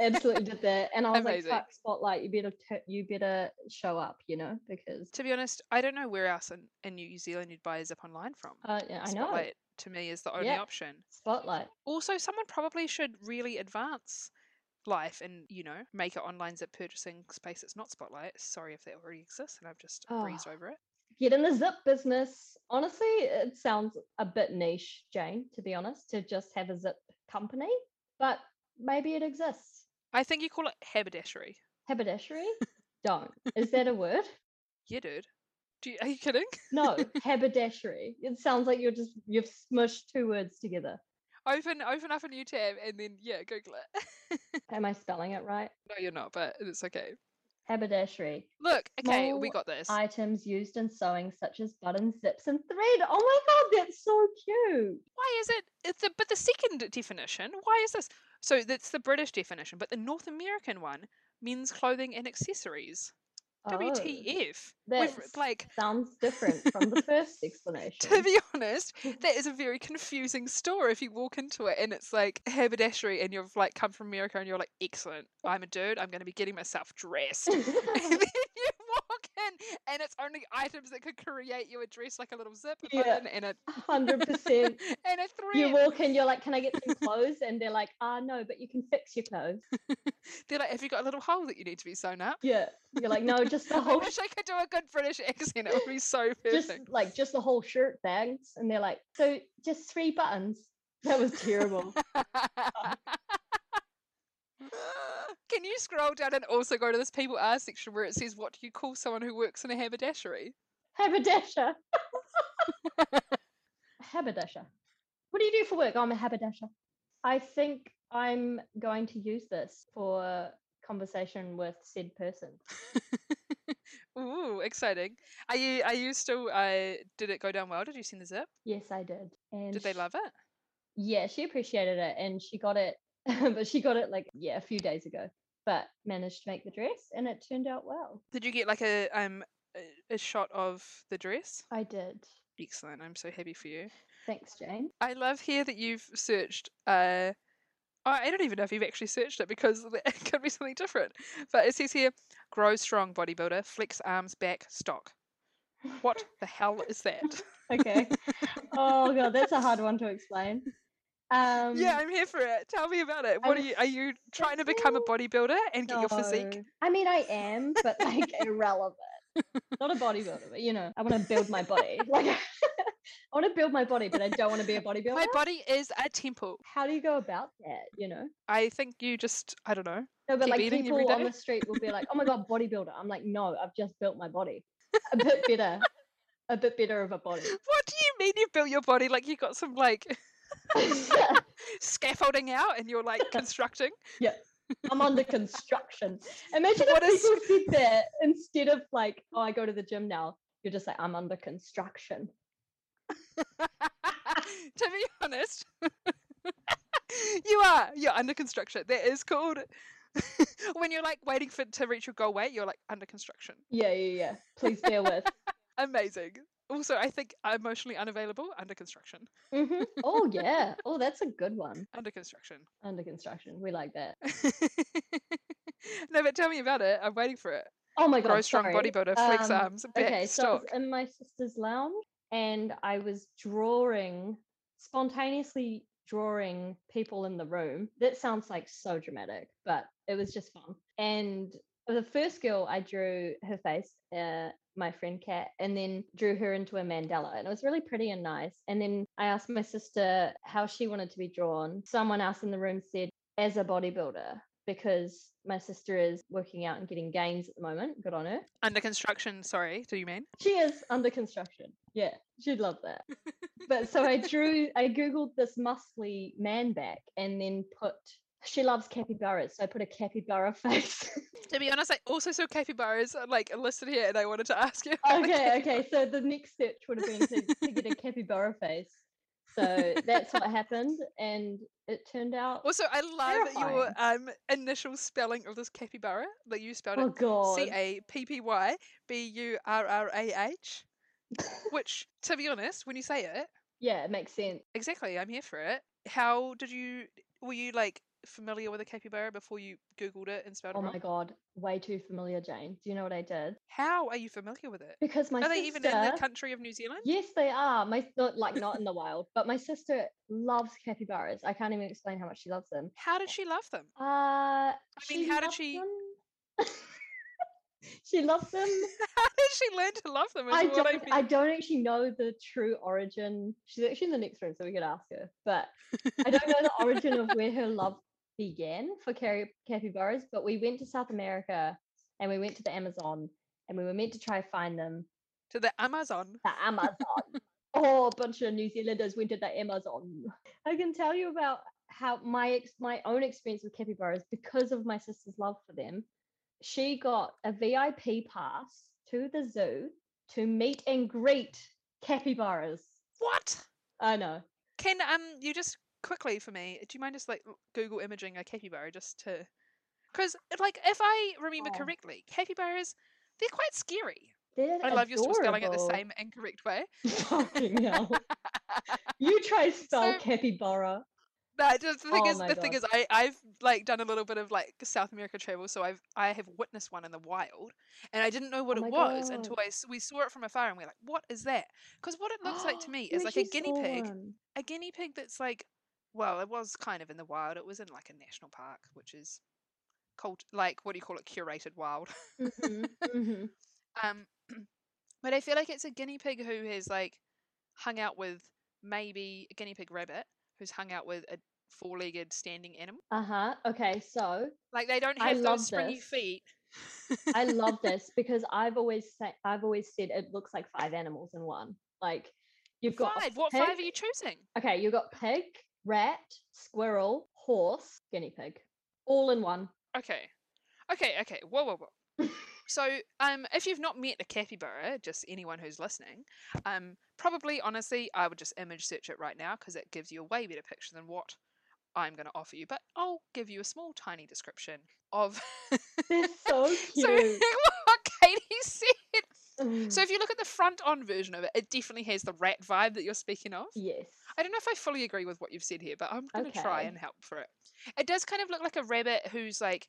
B: Absolutely did that. And I was
A: Amazing.
B: like, fuck spotlight, you better t- you better show up, you know, because
A: To be honest, I don't know where else in, in New Zealand you'd buy a zip online from.
B: uh, yeah, I know.
A: Spotlight, to me is the only
B: Yeah.
A: option.
B: Spotlight.
A: Also, someone probably should really advance life and, you know, make it online zip purchasing space that's not Spotlight. Sorry if that already exists and I've just breezed
B: Oh.
A: over it.
B: Get in the zip business. Honestly, it sounds a bit niche, Jane, to be honest, to just have a zip company, but maybe it exists.
A: I think you call it haberdashery.
B: Haberdashery? Don't. Is that a word?
A: Yeah, dude. Do you, are you kidding? [LAUGHS]
B: No, haberdashery. It sounds like you're just you've smushed two words together.
A: Open open up a new tab and then yeah, Google it. [LAUGHS]
B: Am I spelling it right?
A: no, you're not, but it's okay.
B: Haberdashery.
A: Look, okay, we
B: Small
A: got this.
B: items used in sewing, such as buttons, zips, and thread. Oh my god, that's so cute.
A: why is it? It's the, but the second definition. Why is this? So that's the British definition, but the North American one, men's clothing and accessories.
B: Oh,
A: WTF? We've,
B: that's-
A: like [LAUGHS]
B: Oh, sounds different from the first explanation.
A: to be honest, that is a very confusing store if you walk into it and it's like haberdashery and you've like come from America and you're like, excellent, I'm a dude, I'm going to be getting myself
B: [LAUGHS]
A: dressed. [LAUGHS] and then you walk in and it's only items that could create you a dress like a little zip
B: Yeah.
A: button and a,
B: [LAUGHS]
A: [LAUGHS]
B: Hundred percent.
A: and a thread.
B: You walk in, you're like, "Can I get some clothes?" And they're like, "Ah, no, but you can fix your clothes."
A: They're like, have you got a little hole that you need to be sewn up?
B: Yeah, you're like, "No, just the
A: I [LAUGHS]
B: whole,
A: wish I could do a good British accent. It would be so
B: [LAUGHS] just
A: perfect. [LAUGHS]
B: like just the whole shirt, thanks." And they're like, "So just three buttons." That
A: [LAUGHS]
B: was terrible.
A: Can you scroll down and also go to this people are section where it says what do you call someone who works in a haberdashery? [LAUGHS]
B: haberdasher. [LAUGHS] haberdasher. What do you do for work? I'm a haberdasher. I think I'm going to use this for conversation with said person.
A: Ooh, exciting. Are you are you still uh did it go down well? Did you send the zip?
B: Yes, I did. And
A: Did they
B: sh-
A: love it?
B: Yeah, she appreciated it and she got it, [LAUGHS] but she got it like, yeah, a few days ago, but managed to make the dress and it turned out well.
A: Did you get like a um a- a shot of the dress?
B: I did.
A: Excellent. I'm so happy for you.
B: Thanks, Jane.
A: I love here that you've searched uh oh, I don't even know if you've actually searched it because [LAUGHS] it could be something different. But it says here grow strong bodybuilder, flex arms, back, stock. What the hell is that?
B: [LAUGHS]
A: [LAUGHS]
B: okay. Oh, God, that's a hard one to explain. Um,
A: yeah, I'm here for it. Tell me about it. What are
B: I'm
A: you? Are you trying to become
B: oh
A: a bodybuilder and get your physique?
B: No. I mean, I am, but
A: [LAUGHS]
B: like irrelevant. Not a bodybuilder, but you know, I want to build
A: [LAUGHS]
B: my body. Like, [LAUGHS] I want to build my body, but I don't want to be a bodybuilder.
A: My body is a temple.
B: How do you go about that? You know,
A: I think you just, I don't know.
B: no, but
A: Keep
B: like
A: eating every
B: people on
A: day?
B: the street will be like,
A: [LAUGHS]
B: "Oh my god, bodybuilder!" I'm like, no, I've just built my body a bit better, a bit better of a body. [LAUGHS]
A: What do you mean you built your body like you got some like [LAUGHS] scaffolding out and you're like constructing?
B: I'm under construction. Imagine
A: What is-
B: if people did that instead of like, "Oh, I go to the gym now." You're just like, "I'm under construction."
A: [LAUGHS] to be honest, [LAUGHS] you are. You're under construction. That is called. [LAUGHS] when you're like waiting for to reach your goal weight, you're like under construction.
B: Yeah, yeah, yeah. Please bear with.
A: Amazing. Also, I think emotionally unavailable under construction.
B: hmm [LAUGHS] Oh yeah. Oh, that's a good one.
A: Under construction. [LAUGHS]
B: Under construction. We like that.
A: no, but tell me about it. I'm waiting for it.
B: Oh my god.
A: Grow strong
B: sorry.
A: bodybuilder, flex
B: Um,
A: arms, back,
B: okay, so I
A: stock.
B: was in my sister's lounge and I was drawing spontaneously drawing people in the room. That sounds like so dramatic, but it was just fun. And the first girl I drew her face, uh, my friend Kat, and then drew her into a mandala. And it was really pretty and nice. And then I asked my sister how she wanted to be drawn. Someone else in the room said, as a bodybuilder, because my sister is working out and getting gains at the moment. Good on her.
A: Under construction, sorry, do you mean?
B: She is under construction. Yeah, she'd love
A: [LAUGHS]
B: that. But so I drew, I Googled this muscly man back and then put She loves capybaras, so I put a capybara [LAUGHS] face.
A: To be honest, I also saw capybaras uh, like listed here, and I wanted to ask you. about the
B: okay, okay. So the next search would have been to, to get a capybara face. So that's what happened, and it turned out.
A: Also, I love your
B: Terrifying.
A: um, initial spelling of this capybara. That you spelled
B: Oh
A: it
B: god!
A: C A P P Y B U R R A H. Which, to be honest, when you say it,
B: yeah, it makes sense.
A: exactly, I'm here for it. How did you? Were you like familiar with a capybara before you googled it and spelled
B: Oh
A: it wrong?
B: my god, way too familiar, Jane. Do you know what I did?
A: How are you familiar with it?
B: Because my
A: Are
B: sister.
A: they even in the country of New Zealand?
B: Yes, they are. My not like not in
A: [LAUGHS]
B: the wild, but my sister loves capybaras. I can't even explain how much she loves them.
A: How did she love them?
B: Uh, I
A: mean, how did she-
B: [LAUGHS] she loves them.
A: [LAUGHS] How did she learn to love them? Is
B: I
A: what
B: don't.
A: I
B: I,
A: mean.
B: don't actually know the true origin. She's actually in the next room, so we could ask her. But I don't know the origin of where her love began for cari- capybaras. But we went to South America, and we went to the Amazon, and we were meant to try find them.
A: [LAUGHS] to the Amazon.
B: The Amazon. oh, [LAUGHS] a bunch of New Zealanders went to the Amazon. I can tell you about how my ex- my own experience with capybaras because of my sister's love for them. She got a VIP pass to the zoo to meet and greet capybaras.
A: What?
B: I know.
A: Can um you just quickly for me? Do you mind just like l- Google imaging a capybara just to? Because like if I remember
B: Oh.
A: correctly, capybaras they're quite scary.
B: They're
A: I love you still spelling it the
B: adorable.
A: same incorrect way.
B: [LAUGHS]
A: [LAUGHS]
B: Fucking hell. you try spell
A: So-
B: capybara.
A: No, just the thing
B: Oh
A: is, the
B: my
A: thing
B: God.
A: is, I I've like done a little bit of like South America travel, so I've I have witnessed one in the wild, and I didn't know what
B: Oh
A: it
B: my
A: was until
B: God.
A: I s- we saw it from afar, and we're like, what is that? Because what it looks
B: [GASPS]
A: like to me is
B: You
A: like a
B: actually
A: guinea
B: saw
A: pig.
B: one.
A: a guinea pig that's like well it was kind of in the wild it was in like a national park which is cult like what do you call it curated wild [LAUGHS]
B: Mhm, mhm.
A: um [CLEARS THROAT] but i feel like it's a guinea pig who has like hung out with maybe a guinea pig rabbit who's hung out with a four-legged standing animal
B: Uh-huh. Okay, so
A: like they don't
B: I
A: have
B: love
A: those springy
B: this.
A: feet [LAUGHS]
B: I love this because I've always said I've always said it looks like five animals in one. Like you've got a
A: five what five
B: pig-
A: are you choosing
B: Okay, you've got pig, rat, squirrel, horse, guinea pig. All in one.
A: Okay. Okay, okay. Whoa, whoa, whoa. so, um, if you've not met a capybara, just anyone who's listening, um, probably honestly, I would just image search it right now because it gives you a way better picture than what I'm going to offer you. But I'll give you a small, tiny description of
B: They're so
A: [LAUGHS] so
B: cute.
A: what Katie said.
B: Mm,
A: [LAUGHS] So, if you look at the front-on version of it, it definitely has the rat vibe that you're speaking of.
B: yes.
A: I don't know if I fully agree with what you've said here, but I'm going to try
B: Okay.
A: and help for it. It does kind of look like a rabbit who's like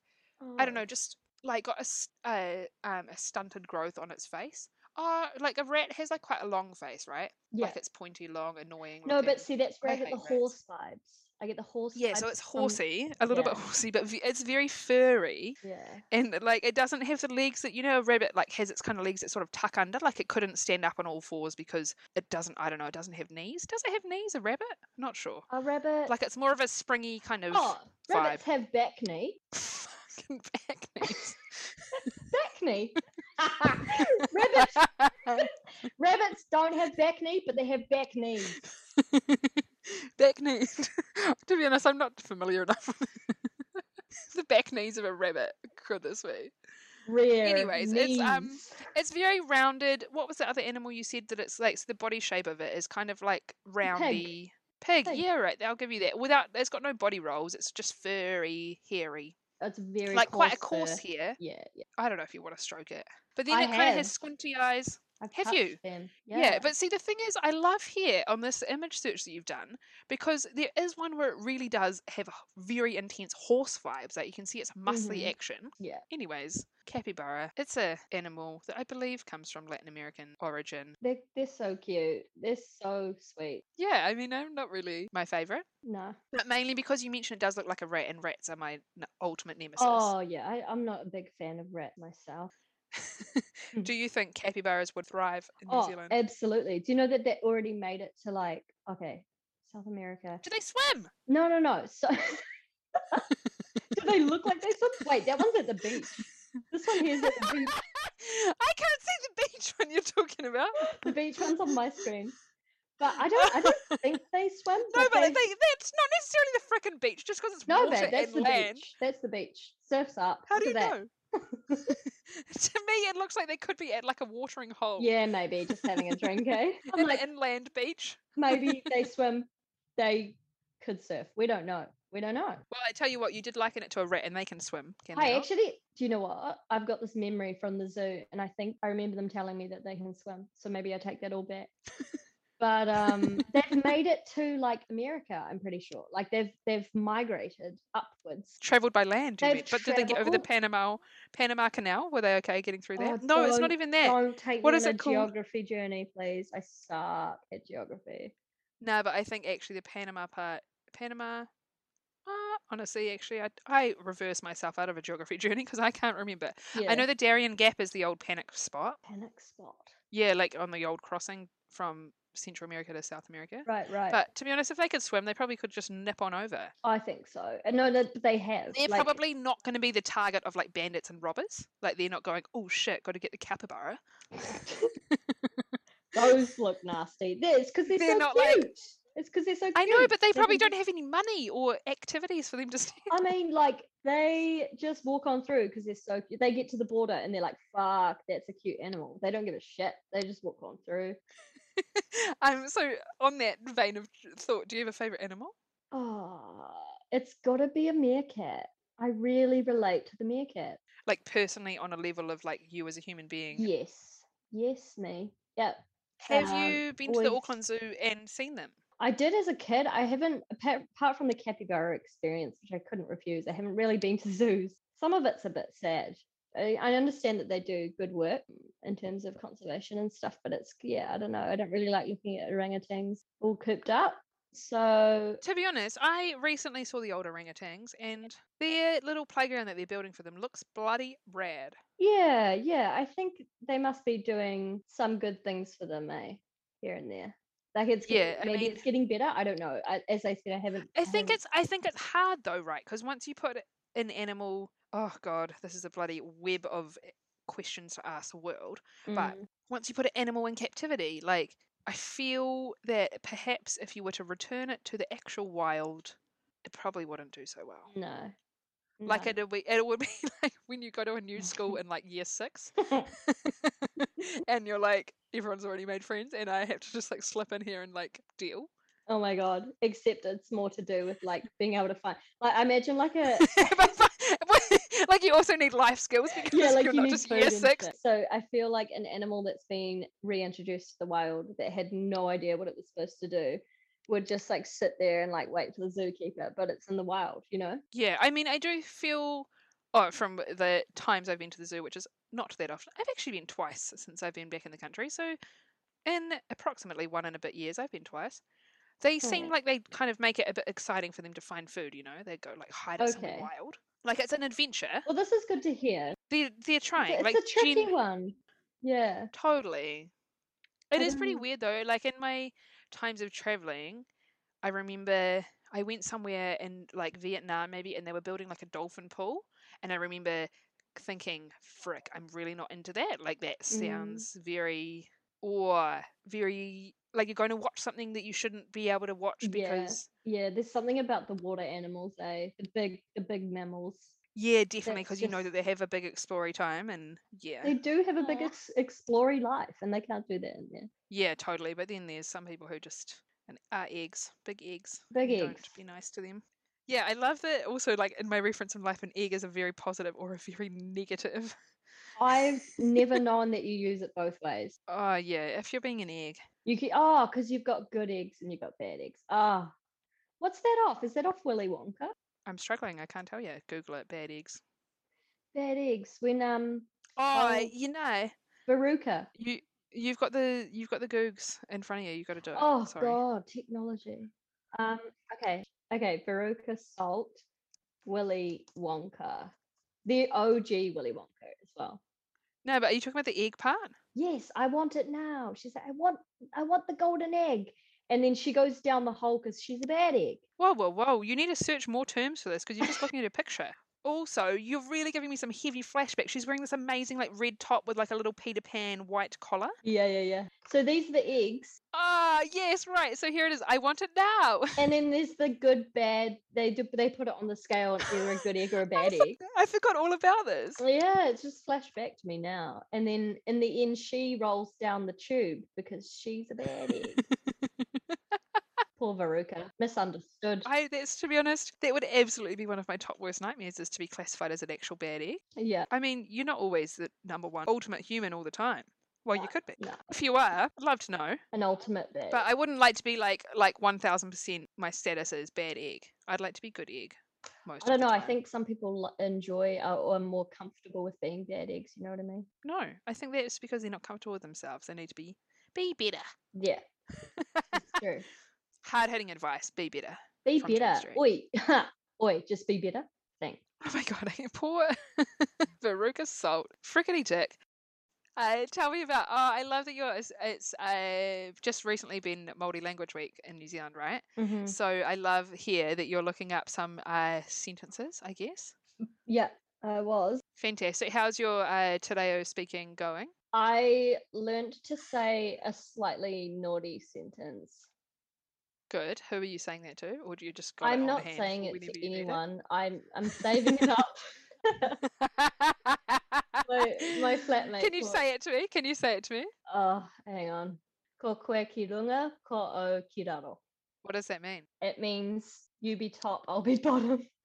A: I don't
B: Oh,
A: know, just like got a, s- a, um, a stunted growth on its face. Oh, like a rat has like quite a long face, right?
B: Yeah.
A: Like it's pointy, long, annoying.
B: no, but
A: looking.
B: see that's where
A: I
B: I get
A: hate
B: the
A: rats.
B: horse vibes. I get the horse
A: yeah, so
B: vibes
A: it's
B: from-
A: horsey, a little bit
B: yeah.
A: horsey, but v- it's very furry,
B: Yeah.
A: and like it doesn't have the legs that you know a rabbit like has its kind of legs that sort of tuck under, like it couldn't stand up on all fours because it doesn't. I don't know, it doesn't have knees. Does it have knees? A rabbit? Not sure.
B: A rabbit.
A: Like it's more of a springy kind of
B: oh, rabbits
A: vibe.
B: have back knee.
A: [LAUGHS] fucking back knees.
B: Back
A: [LAUGHS]
B: knee. rabbits rabbits don't have back knee, but they have back knees.
A: [LAUGHS] back knees. to be honest, I'm not familiar enough with [LAUGHS] the back knees of a rabbit. Go this way.
B: Rare.
A: Anyways, it's, um,
B: knees.
A: It's very rounded. What was the other animal you said that it's like? So the body shape of it is kind of like roundy. Pig.
B: Pig.
A: Yeah, right. I'll give you that. Without, it's got no body rolls. It's just furry, hairy,
B: That's very
A: like quite a
B: coarse
A: coarse uh
B: fur.
A: hair.
B: Yeah, yeah.
A: I don't know if you want to stroke it, but then
B: I
A: it kind of
B: have.
A: has squinty eyes.
B: I've
A: Have
B: touched
A: you?
B: Them. Yeah.
A: Yeah. but see, the thing is, I love here on this image search that you've done because there is one where it really does have a h- very intense horse vibes. Like you can see it's muscly
B: Mhm.
A: action.
B: Yeah.
A: Anyways, capybara, it's a animal that I believe comes from Latin American origin.
B: they're they're so cute. They're so sweet.
A: Yeah, I mean, I'm not really my favorite,
B: Nah.
A: but mainly because you mentioned it does look like a rat, and rats are my n- ultimate nemesis.
B: Oh yeah, I, I'm not a big fan of rat myself.
A: [LAUGHS] Do you think capybaras would thrive in New
B: Hmm. oh,
A: Zealand?
B: absolutely. Do you know that they already made it to like okay, South America?
A: Do they swim? [LAUGHS]
B: No, no, no. So [LAUGHS] do they look like they swim? Wait, that one's at the beach. This one here's at the beach.
A: I can't see the beach when you're talking about.
B: The beach one's on my screen. But I don't. I don't think they swim.
A: No, but
B: they,
A: they, that's not necessarily the frickin' beach. Just because it's
B: no,
A: water
B: babe. That's
A: and
B: the
A: land.
B: beach. That's the beach. Surfs up.
A: How
B: Look
A: do you
B: at that.
A: know? [LAUGHS] to me, it looks like they could be at like a watering hole.
B: Yeah, maybe just having a drink,
A: [LAUGHS]
B: eh? I'm
A: in the
B: like,
A: inland beach.
B: maybe they swim. They could surf. We don't know. We don't know.
A: Well, I tell you what, you did liken it to a rat, and they can swim. Can
B: I
A: they not?
B: actually, do you know what? I've got this memory from the zoo, and I think I remember them telling me that they can swim. So maybe I take that
A: [LAUGHS]
B: all back. but um, they've made it to like America. I'm pretty sure. Like they've they've migrated upwards.
A: Traveled by land, you
B: They've
A: mean? But did they get over the
B: travelled-
A: Panama Panama Canal? Were they okay getting through
B: Oh,
A: that? no, it's not
B: don't-
A: even that.
B: Don't take
A: What
B: me
A: is
B: on a
A: it called?
B: geography journey, please. I suck at geography.
A: No, but I think actually the Panama part, Panama. Uh, honestly, actually, I I reverse myself out of a geography [LAUGHS] journey because I can't remember.
B: Yeah.
A: I know the Darien Gap is the old panic spot.
B: panic spot.
A: Yeah, like on the old crossing from Central America to South America.
B: Right, right.
A: But to be honest, if they could swim, they probably could just nip on over.
B: I think so. And no, no, they have.
A: They're
B: like,
A: probably not going to be the target of like bandits and robbers. Like they're not going, oh shit, got to get the capybara.
B: Those look nasty. There's because they're,
A: They're
B: so
A: not, like-
B: cute. It's because they're so cute.
A: I know, but they
B: can
A: probably don't
B: just-
A: have any money or activities for them to [LAUGHS] stand.
B: I mean, like they just walk on through because they're so cute. They get to the border and they're like, "Fuck, that's a cute animal." They don't give a shit. They just walk on through.
A: Um, so on that vein of thought, do you have a favorite animal?
B: Ah, it's gotta be a meerkat. I really relate to the meerkat.
A: Like personally, on a level of like you as a human being.
B: Yes, yes, me. Yep.
A: Have
B: Um,
A: you been to the
B: always-
A: Auckland Zoo and seen them?
B: I did as a kid. I haven't, apart, apart from the capybara experience, which I couldn't refuse, I haven't really been to [LAUGHS] zoos. Some of it's a bit sad. I, I understand that they do good work in terms of conservation and stuff, but it's, yeah, I don't know. I don't really like looking at orangutans all cooped up. So,
A: To be honest, I recently saw the old orangutans, and their little playground that they're building for them looks bloody rad.
B: yeah, yeah, I think they must be doing some good things for them, eh? Here and there. Like it's get-
A: Yeah, I
B: maybe
A: mean-
B: it's getting better. I don't know. I, as I said, I haven't.
A: I think
B: haven't-
A: it's I think it's hard though, right? Because once you put an animal, oh god, this is a bloody web of eh, questions to ask the world. but-
B: Mm,
A: Once you put an animal in captivity, like I feel that perhaps if you were to return it to the actual wild, it probably wouldn't do so well.
B: no,
A: Like
B: no.
A: it would be, it would be [LAUGHS] like when you go to a new
B: [LAUGHS]
A: school in like year six, [LAUGHS] and you're like everyone's already made friends, and I have to just like slip in here and like deal.
B: Oh my god! Except it's more to do with like being able to find. Like I
A: [LAUGHS]
B: imagine like a
A: But- but- [LAUGHS] like you also need life skills because
B: yeah, like
A: you're
B: you
A: not
B: need
A: just
B: food
A: year
B: and
A: six.
B: shit. So I feel like an animal that's been reintroduced to the wild that had no idea what it was supposed to do would just like sit there and like wait for the zookeeper, but it's in the wild, you know?
A: Yeah, I mean, I do feel oh, from the times I've been to the zoo, which is not that often. I've actually been twice since I've been back in the country. So, in approximately one and a bit years, I've been twice. They seem like
B: Alright.
A: they kind of make it a bit exciting for them to find food. You know, they go like hide it somewhere
B: Okay.
A: wild. Like it's an adventure.
B: Well, this is good to hear.
A: They're they're
B: It's,
A: trying.
B: a-
A: like
B: it's a tricky
A: gen-
B: one. Yeah.
A: Totally. It
B: I
A: is pretty
B: don't-
A: weird though. Like in my times of traveling, I remember I went somewhere in like Vietnam maybe and they were building like a dolphin pool and I remember thinking, frick, I'm really not into that. Like that
B: Mm.
A: sounds very or very like you're going to watch something that you shouldn't be able to watch
B: Yeah.
A: because
B: Yeah, there's something about the water animals, eh? The big the big mammals.
A: yeah, definitely
B: That's
A: because you know that
B: just-
A: they have a big explory time and yeah.
B: They do have a big
A: Aw.
B: ex- explory life and they can't do that in there.
A: Yeah, totally. But then there's some people who just and are eggs, big eggs.
B: Big
A: and Don't
B: eggs.
A: be nice to them. Yeah, I love that. Also, like in my reference in life, an egg is a very positive or a very [LAUGHS] negative.
B: I've never known that you use it both ways.
A: Oh yeah, if you're being an egg,
B: You can oh, because you've got good eggs and you've got bad eggs. Ah, what's that off? Is that off Willy Wonka?
A: I'm struggling. I can't tell you. Google it. Bad eggs.
B: Bad eggs. When um
A: Oh,
B: Oh.
A: you know,
B: Veruca.
A: you you've got the you've got the googs in front of you. You got to do it.
B: Oh
A: Uh, Sorry.
B: god, technology. Um, okay, okay. Veruca Salt, Willy Wonka, the OG Willy Wonka as well.
A: No, but are you talking about the egg part?
B: Yes, I want it now. She's like, I want, I want the golden egg, and then she goes down the hole because she's a bad egg.
A: Whoa, whoa, whoa! You need to search more terms for this because you're just looking at a picture. Also, you're really giving me some heavy flashbacks. She's wearing this amazing like red top with like a little Peter Pan white collar.
B: Yeah, yeah, yeah. So these are the eggs.
A: Ah, yes, right. So here it is. I want it now. [LAUGHS]
B: And then there's the good, bad. They do, they put it on the scale and either a good egg or
A: [LAUGHS]
B: a bad egg.
A: I forgot all about this.
B: Yeah, it's just flashed back to me now. And then in the end, she rolls down the tube because she's a
A: [LAUGHS]
B: bad egg. Poor Veruca, misunderstood.
A: I that's to be honest, that would absolutely be one of my top worst nightmares is to be classified as an actual bad egg.
B: Yeah,
A: I mean, you're not always the number one ultimate human all the time. Well, you
B: No,
A: could be.
B: no.
A: If you are, I'd love to know.
B: an ultimate bad.
A: But I wouldn't like to be like like one thousand percent my status is bad egg. I'd like to be good egg. Most
B: I
A: of
B: don't
A: the
B: know. I
A: time.
B: think some people li- enjoy uh, or are more comfortable with being bad eggs. You know what I mean?
A: no. I think that's because they're not comfortable with themselves. They need to be [LAUGHS] be better.
B: Yeah,
A: [LAUGHS]
B: it's true.
A: Hard hitting advice. Be better. [LAUGHS]
B: Be
A: From Jane
B: better.
A: Street.
B: Oi, [LAUGHS] oi, just be better. Thanks.
A: Oh my god, [LAUGHS] poor Veruca Salt. Frickety dick. Uh, tell me about. Oh, I love that you're. It's, it's uh, just recently been Māori Language Week in New Zealand, right?
B: Mm.
A: So I love here that you're looking up some uh, sentences. I guess.
B: Yeah, I was.
A: Fantastic. How's your uh, Te Reo speaking going?
B: I learned to say a slightly naughty sentence.
A: Good. Who are you saying that to, or do you just? Got it
B: I'm
A: on
B: not
A: hand
B: saying
A: for
B: it
A: whenever
B: to
A: you need
B: anyone. I'm I'm saving it up. [LAUGHS] My- my
A: [LAUGHS]
B: flatmate
A: Can you
B: thought-
A: say it to me? Can you say it to me?
B: Oh, hang on. Ko koe ki runga, ko o ki raro.
A: What does that mean? [LAUGHS]
B: It means you be top, I'll be [LAUGHS] bottom. [LAUGHS]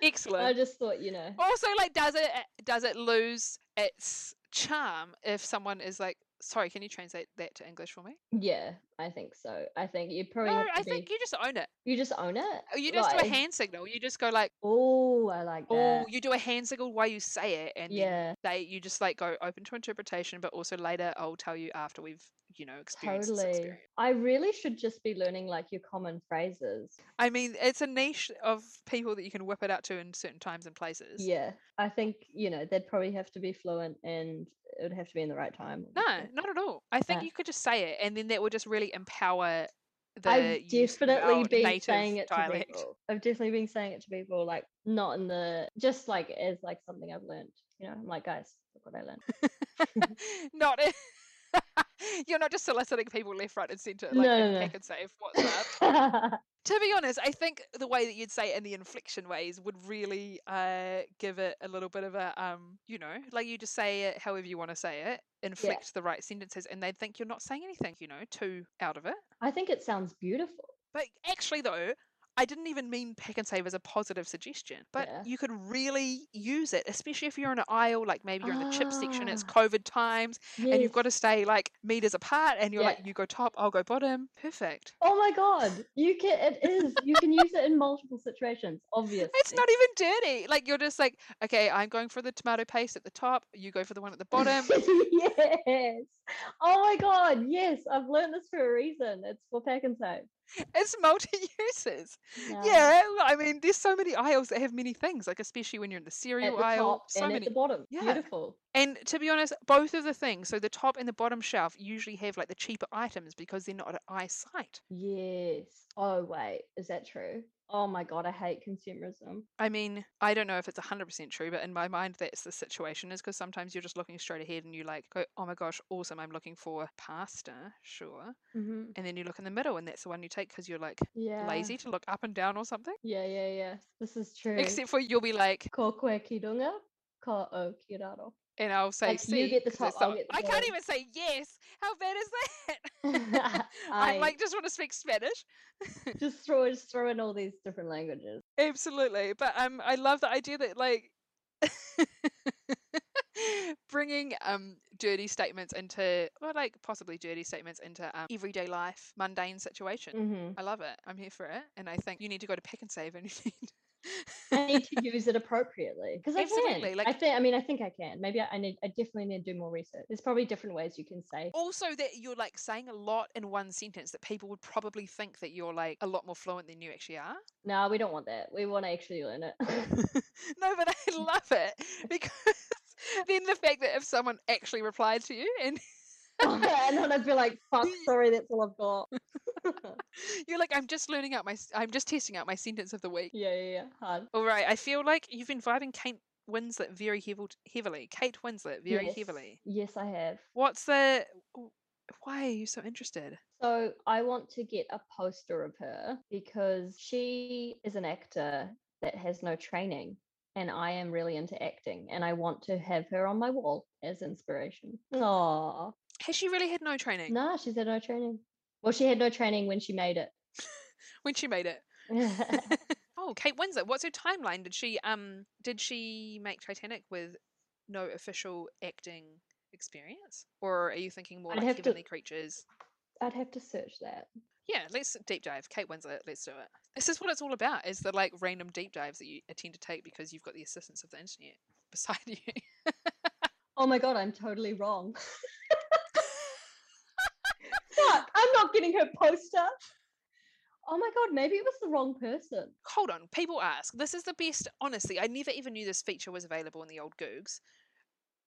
B: I
A: Excellent.
B: just thought, you know.
A: Also, like, does it eh, does it lose its charm if someone is like, "Sorry, can you translate that to English for me?"
B: Yeah, I think so. I think you probably
A: No,
B: have to
A: I think
B: be,
A: you just own it.
B: you just own it.
A: Or You just do a
B: Like,
A: hand signal. You just go like,
B: Oh, I like
A: "Oh,"
B: that.
A: you do a hand signal while you say it, and then
B: yeah,
A: they you just like go open to interpretation, but also later I'll tell you after we've you know experienced this
B: totally.
A: experience.
B: I really should just be learning like your common phrases.
A: I mean, it's a niche of people that you can whip it out to in certain times and places.
B: Yeah, I think you know they'd probably have to be fluent, and it would have to be in the right time.
A: No,
B: obviously.
A: not at all. I think
B: Yeah.
A: you could just say it, and then that will just really empower the use of
B: I've
A: your
B: definitely
A: own
B: been
A: native
B: saying it to
A: dialect.
B: people. I've definitely been saying it to people, like not in the just like as like something I've learned. You know, I'm like, guys, look what I learned.
A: [LAUGHS] not you're not just soliciting people left, right, and centre. Like
B: No,
A: and
B: no, no.
A: pick and save what's up. to be honest, I think the way that you'd say it in the inflection ways would really uh, give it a little bit of a um, you know, like you just say it however you want to say it, inflect the right sentences, and they'd think you're not saying anything, you know, too out of it.
B: [LAUGHS] I think it sounds beautiful.
A: But actually, though, I didn't even mean pack and save as a positive suggestion. But
B: Yeah.
A: you could really use it, especially if you're in an aisle, like maybe you're in the chip section, it's
B: Ah,
A: COVID times, and you've got to
B: yes.
A: stay like meters apart, and you're
B: Yeah.
A: like, you go top, I'll go bottom. Perfect.
B: Oh my god, you can. It is. You can use it in multiple situations. Obviously,
A: It's not even dirty. Like you're just like, okay, I'm going for the tomato paste at the top. You go for the one at the
B: [LAUGHS]
A: bottom.
B: yes. Oh my god. Yes, I've learned this for a reason. It's for pack and save.
A: it's multi uses.
B: No,
A: Yeah, I mean, there's so many aisles that have many things. Like especially when you're in the
B: At
A: cereal
B: the
A: aisle,
B: top
A: so
B: and
A: many.
B: at the bottom.
A: Yeah.
B: Beautiful.
A: And to be honest, both of the things, so the top and the bottom shelf, usually have like the cheaper items because they're not at eyesight.
B: Yes. Oh wait, is that true? Oh my god, I hate consumerism.
A: I mean, I don't know if it's 100% true, but in my mind, that's the situation is because sometimes you're just looking straight ahead and you like go, oh my gosh, awesome, I'm looking for pasta, sure.
B: Mhm.
A: And then you look in the middle and that's the one you take because you're like
B: Yeah.
A: Mm-hmm. lazy to look up and down or something.
B: Yeah, yeah, yeah. This is true.
A: Except for you'll be like,
B: Ko koe ki runga, ko o ki [LAUGHS] raro.
A: and I'll say,
B: Like,
A: see,
B: you get the top, I'll get the
A: I can't
B: bottom.
A: even say yes. How bad is that? [LAUGHS] I
B: [LAUGHS] I
A: like just want to speak Spanish.
B: just throw just throw in all these different
A: [LAUGHS]
B: languages.
A: Absolutely, but um, I love the idea that like [LAUGHS] bringing um dirty statements into, or like possibly dirty statements into um, everyday life, mundane situation.
B: hmm
A: I love it. I'm here for it, and I think you need to go to Pick and Save, and you
B: I
A: need.
B: need to use it appropriately because I
A: Absolutely,
B: can.
A: like-
B: I think. I mean, I think I can. Maybe I, I need. I definitely need to do more research. There's probably different ways you can say.
A: also that you're like saying a lot in one sentence that people would probably think that you're like a lot more fluent than you actually are. [LAUGHS]
B: No, we don't want that. We want to actually learn it.
A: No, but I love it [LAUGHS] because then the fact that if someone actually replied to you and [LAUGHS]
B: [LAUGHS] and then I'd be like, "Fuck, [LAUGHS]
A: Y-
B: sorry, that's all I've got." [LAUGHS]
A: You're like, I'm just learning out my, s- I'm just testing out my sentence of the week.
B: yeah, yeah, yeah. Hard.
A: All right, I feel like you've invited Kate Winslet very heav- heavily. Kate Winslet very
B: Yes.
A: heavily.
B: Yes, I have.
A: What's the? w- Why are you so interested?
B: So I want to get a poster of her because she is an actor that has no training. And I am really into acting, and I want to have her on my wall as inspiration. Aww.
A: Has she really had no training
B: Nah, she's had no training. Well, she had no training when she made [LAUGHS]
A: when she made it?
B: it. [LAUGHS]
A: oh, Kate Winslet. What's her timeline? Did she um? Did she make Titanic with no official acting experience, or are you thinking more
B: I'd
A: like
B: have to-
A: Heavenly Creatures?
B: I'd have to search that.
A: Yeah, let's deep dive. Kate Winslet, let's do it. This is what it's all about: is the like random deep dives that you uh, tend to take because you've got the assistance of the internet [LAUGHS] beside you.
B: Oh my god, I'm totally wrong. Fuck, I'm not getting her poster. Oh my god, maybe it was the wrong person.
A: hold on, people ask. This is the best. Honestly, I never even knew this feature was available in the old Googs.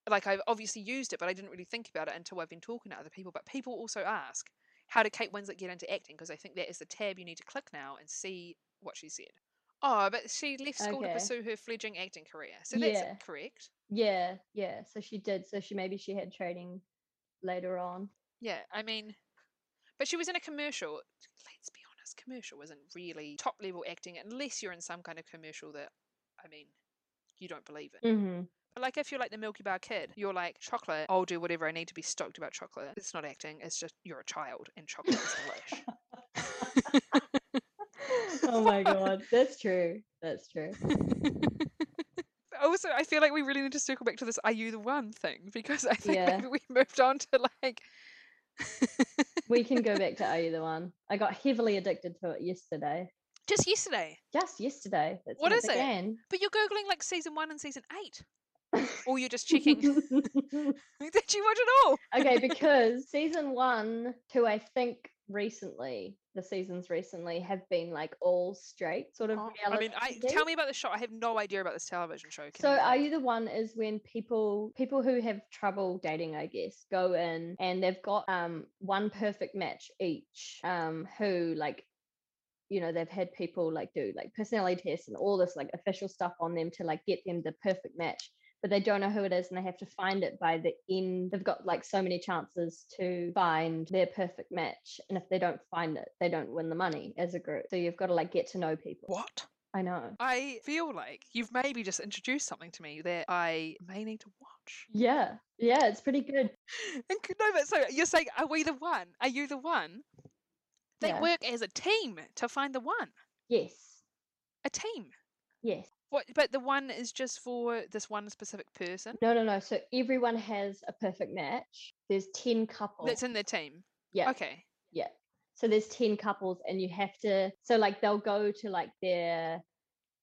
A: Like I've obviously used it, but I didn't really think about it until I've been talking to other people. But people also ask, how did Kate Winslet get into acting? Because I think that is the tab you need to click now and see what she said. Oh, but she left school to
B: Okay.
A: pursue her fledgling acting career. So that's
B: Yeah.
A: correct.
B: Yeah, yeah. So she did. So she maybe she had training later on.
A: Yeah, I mean, but she was in a commercial. Let's be honest, commercial isn't really top level acting unless you're in some kind of commercial that, I mean, you don't believe in.
B: [LAUGHS] Mm-hmm.
A: But like if you're like the Milky Bar kid, you're like chocolate. I'll do whatever I need to be stoked about chocolate. It's not acting. It's just you're a child, and chocolate is delish.
B: oh my god, that's true. That's true. [LAUGHS]
A: also, I feel like we really need to circle back to this "Are you the one?" thing because I think
B: Yeah.
A: maybe [LAUGHS] we moved on to like.
B: We can go back to Are You the One? I got heavily addicted to it yesterday.
A: Just yesterday,
B: Just yesterday. That's
A: What
B: when
A: is it?
B: began.
A: but you're googling like season one and season eight, or you're just
B: [LAUGHS]
A: checking [LAUGHS] did you watch it all? [LAUGHS]
B: okay, because season one, who I think recently, the seasons recently have been like all straight sort of
A: Oh, I
B: reality.
A: mean, I tell me about the show. I have no idea about this television show. Can
B: So
A: you-
B: are you the one is when people people who have trouble dating, I guess, go in and they've got um one perfect match each, um, who like you know, they've had people like do like personality tests and all this like official stuff on them to like get them the perfect match, but they don't know who it is and they have to find it by the end. They've got like so many chances to find their perfect match. And if they don't find it, they don't win the money as a group. So you've got to like get to know people.
A: What?
B: I know.
A: I feel like you've maybe just introduced something to me that I may need to watch.
B: Yeah. Yeah, it's pretty good.
A: [LAUGHS] And c- no, but so you're saying, are we the one? Are you the one? They
B: Yeah.
A: work as a team to find the one.
B: Yes.
A: A team.
B: Yes.
A: What? But the one is just for this one specific person
B: No, no, no. So everyone has a perfect match. There's 10 couples.
A: that's in their team.
B: yeah.
A: Okay.
B: Yeah. So there's 10 couples and you have to so like they'll go to like their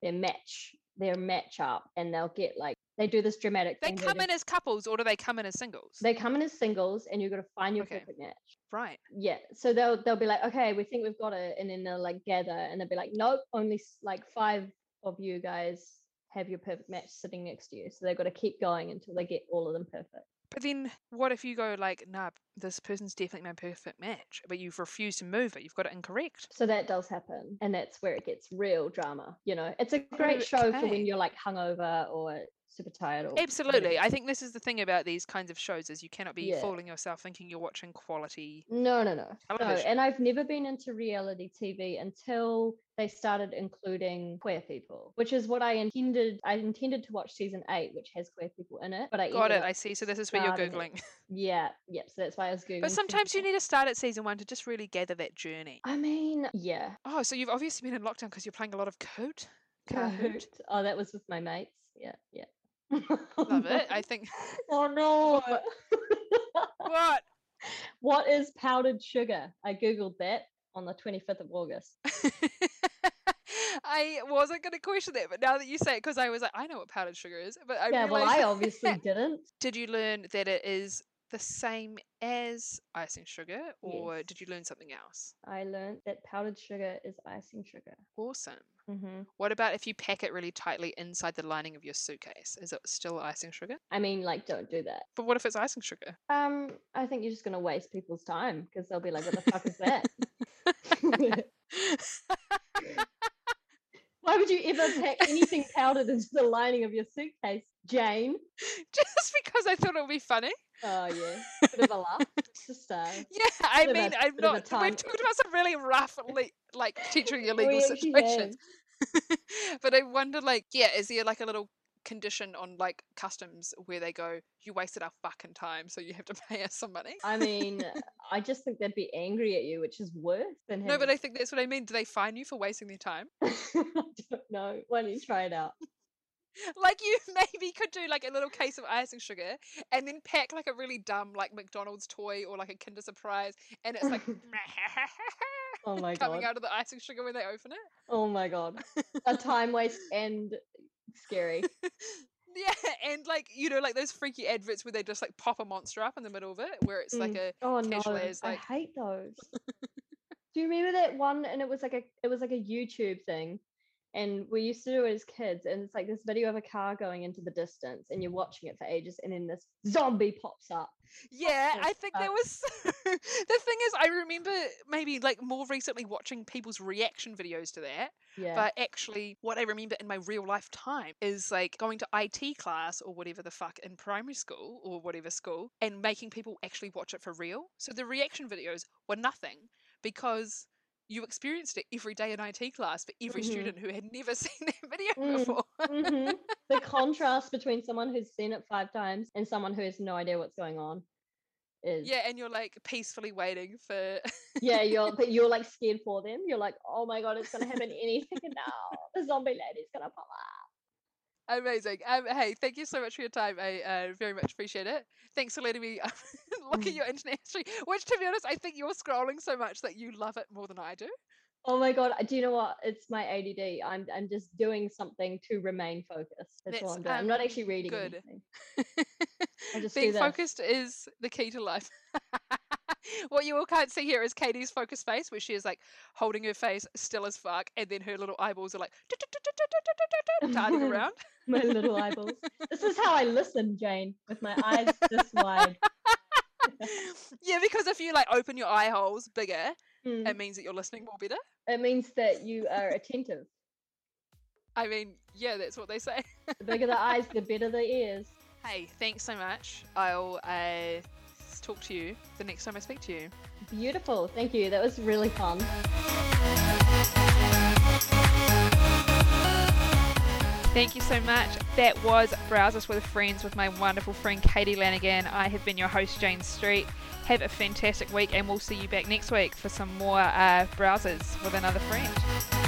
B: their match, their match up and they'll get like they do this dramatic
A: They
B: thing.
A: come
B: they,
A: in as couples, or do they come in as singles?
B: they come in as singles and you've got to find your
A: Okay.
B: perfect match.
A: right.
B: Yeah. So they'll they'll be like, okay, we think we've got it. And then they'll like gather and they'll be like, nope, only s- like five of you guys have your perfect match sitting next to you. So they've got to keep going until they get all of them perfect.
A: But then, what if you go like, nah, this person's definitely my perfect match, but you've refused to move it. You've got it incorrect.
B: So that does happen. And that's where it gets real drama. You know, it's a great show for
A: Okay.
B: when you're like hungover or super tired or
A: Absolutely.
B: whatever.
A: I think this is the thing about these kinds of shows is you cannot be
B: Yeah.
A: fooling yourself thinking you're watching quality.
B: No, no, no. No.
A: Television.
B: And I've never been into reality TV until they started including queer people, which is what I intended. I intended to watch season eight, which has queer people in it. But I
A: Got
B: ended
A: it. I
B: up-
A: see. So this is where you're
B: starting
A: googling.
B: it. yeah, yeah. So that's why I was googling.
A: But
B: season
A: sometimes you
B: eight.
A: need to start at season one to just really gather that journey.
B: I mean, yeah.
A: Oh, so you've obviously been in lockdown because you're playing a lot of Coot. Kahoot.
B: Kahoot. Oh, that was with my mates. Yeah, yeah.
A: Love it. I think.
B: [LAUGHS] Oh no.
A: What? [LAUGHS]
B: What is powdered sugar? I googled that on the 25th of August.
A: I wasn't going to question that, but now that you say it, because I was like, I know what powdered sugar is, but I
B: yeah,
A: [LAUGHS]
B: well,
A: realized.
B: I obviously didn't.
A: did you learn that it is the same as icing sugar, or
B: Yes.
A: did you learn something else?
B: I learned that powdered sugar is icing sugar.
A: Awesome.
B: hmm
A: What about if you pack it really tightly inside the lining of your suitcase? Is it still icing sugar?
B: I mean, like, don't do that.
A: But what if it's icing sugar? [LAUGHS]
B: Um, I think you're just going to waste people's time because they'll be like, what the fuck is that? [LAUGHS] Why would you ever pack anything powdered into the lining of your suitcase, Jane?
A: Just because I thought it would be funny.
B: Oh yeah, bit of a laugh, just uh,
A: Yeah, [LAUGHS] I
B: Bit of a-
A: mean, I'm
B: bit of
A: not.
B: a
A: We're
B: time-
A: talking about some really
B: [LAUGHS]
A: rough, le- like teaching
B: we
A: illegal
B: actually
A: situations. [LAUGHS] but I wonder, like, yeah, is there like a little condition on like customs where they go, you wasted our fucking time, so you have to [LAUGHS] pay us some money?
B: I mean, I just think they'd be angry at you, which is worse than
A: No, but I
B: having-
A: think that's what I mean. Do they fine you for wasting their time? [LAUGHS]
B: [LAUGHS] I don't know. Why don't you try it out?
A: Like you [LAUGHS] maybe could do like a little case of icing sugar and then pack like a really dumb like McDonald's toy or like a Kinder Surprise and it's
B: [LAUGHS]
A: like [LAUGHS]
B: Oh my
A: coming
B: god.
A: out of the icing sugar when they open it.
B: Oh
A: [LAUGHS]
B: my god. A time waste and scary.
A: Yeah, [LAUGHS] and like you know, like those freaky adverts where they just like pop a monster up in the middle of it, where it's like a
B: Oh no,
A: casual as,
B: I
A: like-
B: hate
A: [LAUGHS]
B: those. do you remember that one? And it was like a it was like a YouTube thing, and we used to do it as kids. And it's like this video of a car going into the distance, and you're watching it for ages, and then this zombie pops up.
A: yeah.
B: the
A: I think there
B: fuck?
A: was so... [LAUGHS] the thing is, I remember maybe like more recently watching people's reaction videos to that,
B: Yeah.
A: but actually, what I remember in my real life time is like going to IT class or whatever the fuck in primary school or whatever school, and making people actually watch it for real. So the reaction videos were nothing because. You experienced it every day in IT class for every
B: Mhm.
A: student who had never [LAUGHS] seen that video
B: Mm.
A: before. [LAUGHS]
B: hmm the contrast between someone who's seen it five times and someone who has no idea what's going on is
A: Yeah, and you're like peacefully waiting for. [LAUGHS]
B: yeah you're but you're like scared for them you're like oh my god it's gonna happen any second now the zombie lady's gonna pop up
A: Amazing. Um, hey, thank you so much for your time. I uh, very much appreciate it. Thanks for letting me [LAUGHS] uh, look at
B: Mm.
A: your internet history, which, to be honest, I think you're scrolling so much that you love it more than I do.
B: oh my god do you know what it's my add i'm, I'm just doing something to remain focused that's all
A: That's,
B: i'm doing i'm not
A: um,
B: actually reading
A: good.
B: anything.
A: [LAUGHS]
B: i just do
A: Being
B: this
A: focused is the key to life. [LAUGHS] what you all can't see here is Katie's focused face, where she is like holding her face still as fuck, and then her little eyeballs are like
B: [LAUGHS]
A: darting around. [LAUGHS]
B: my little eyeballs this is how i listen jane with my eyes this wide
A: Yeah, because if you like open your eye holes bigger,
B: Mm.
A: it means that you're listening more better.
B: it means that you are attentive
A: I mean, yeah, that's what they say. [LAUGHS]
B: the bigger the eyes the better the ears
A: Hey, thanks so much. I'll uh, s- talk to you the next time I speak to you.
B: Beautiful. Thank you. That was really fun.
A: Thank you so much. That was Browsers with Friends with my wonderful friend Katie Lanigan. I have been your host, Jane Street. Have a fantastic week, and we'll see you back next week for some more uh, browsers with another friend.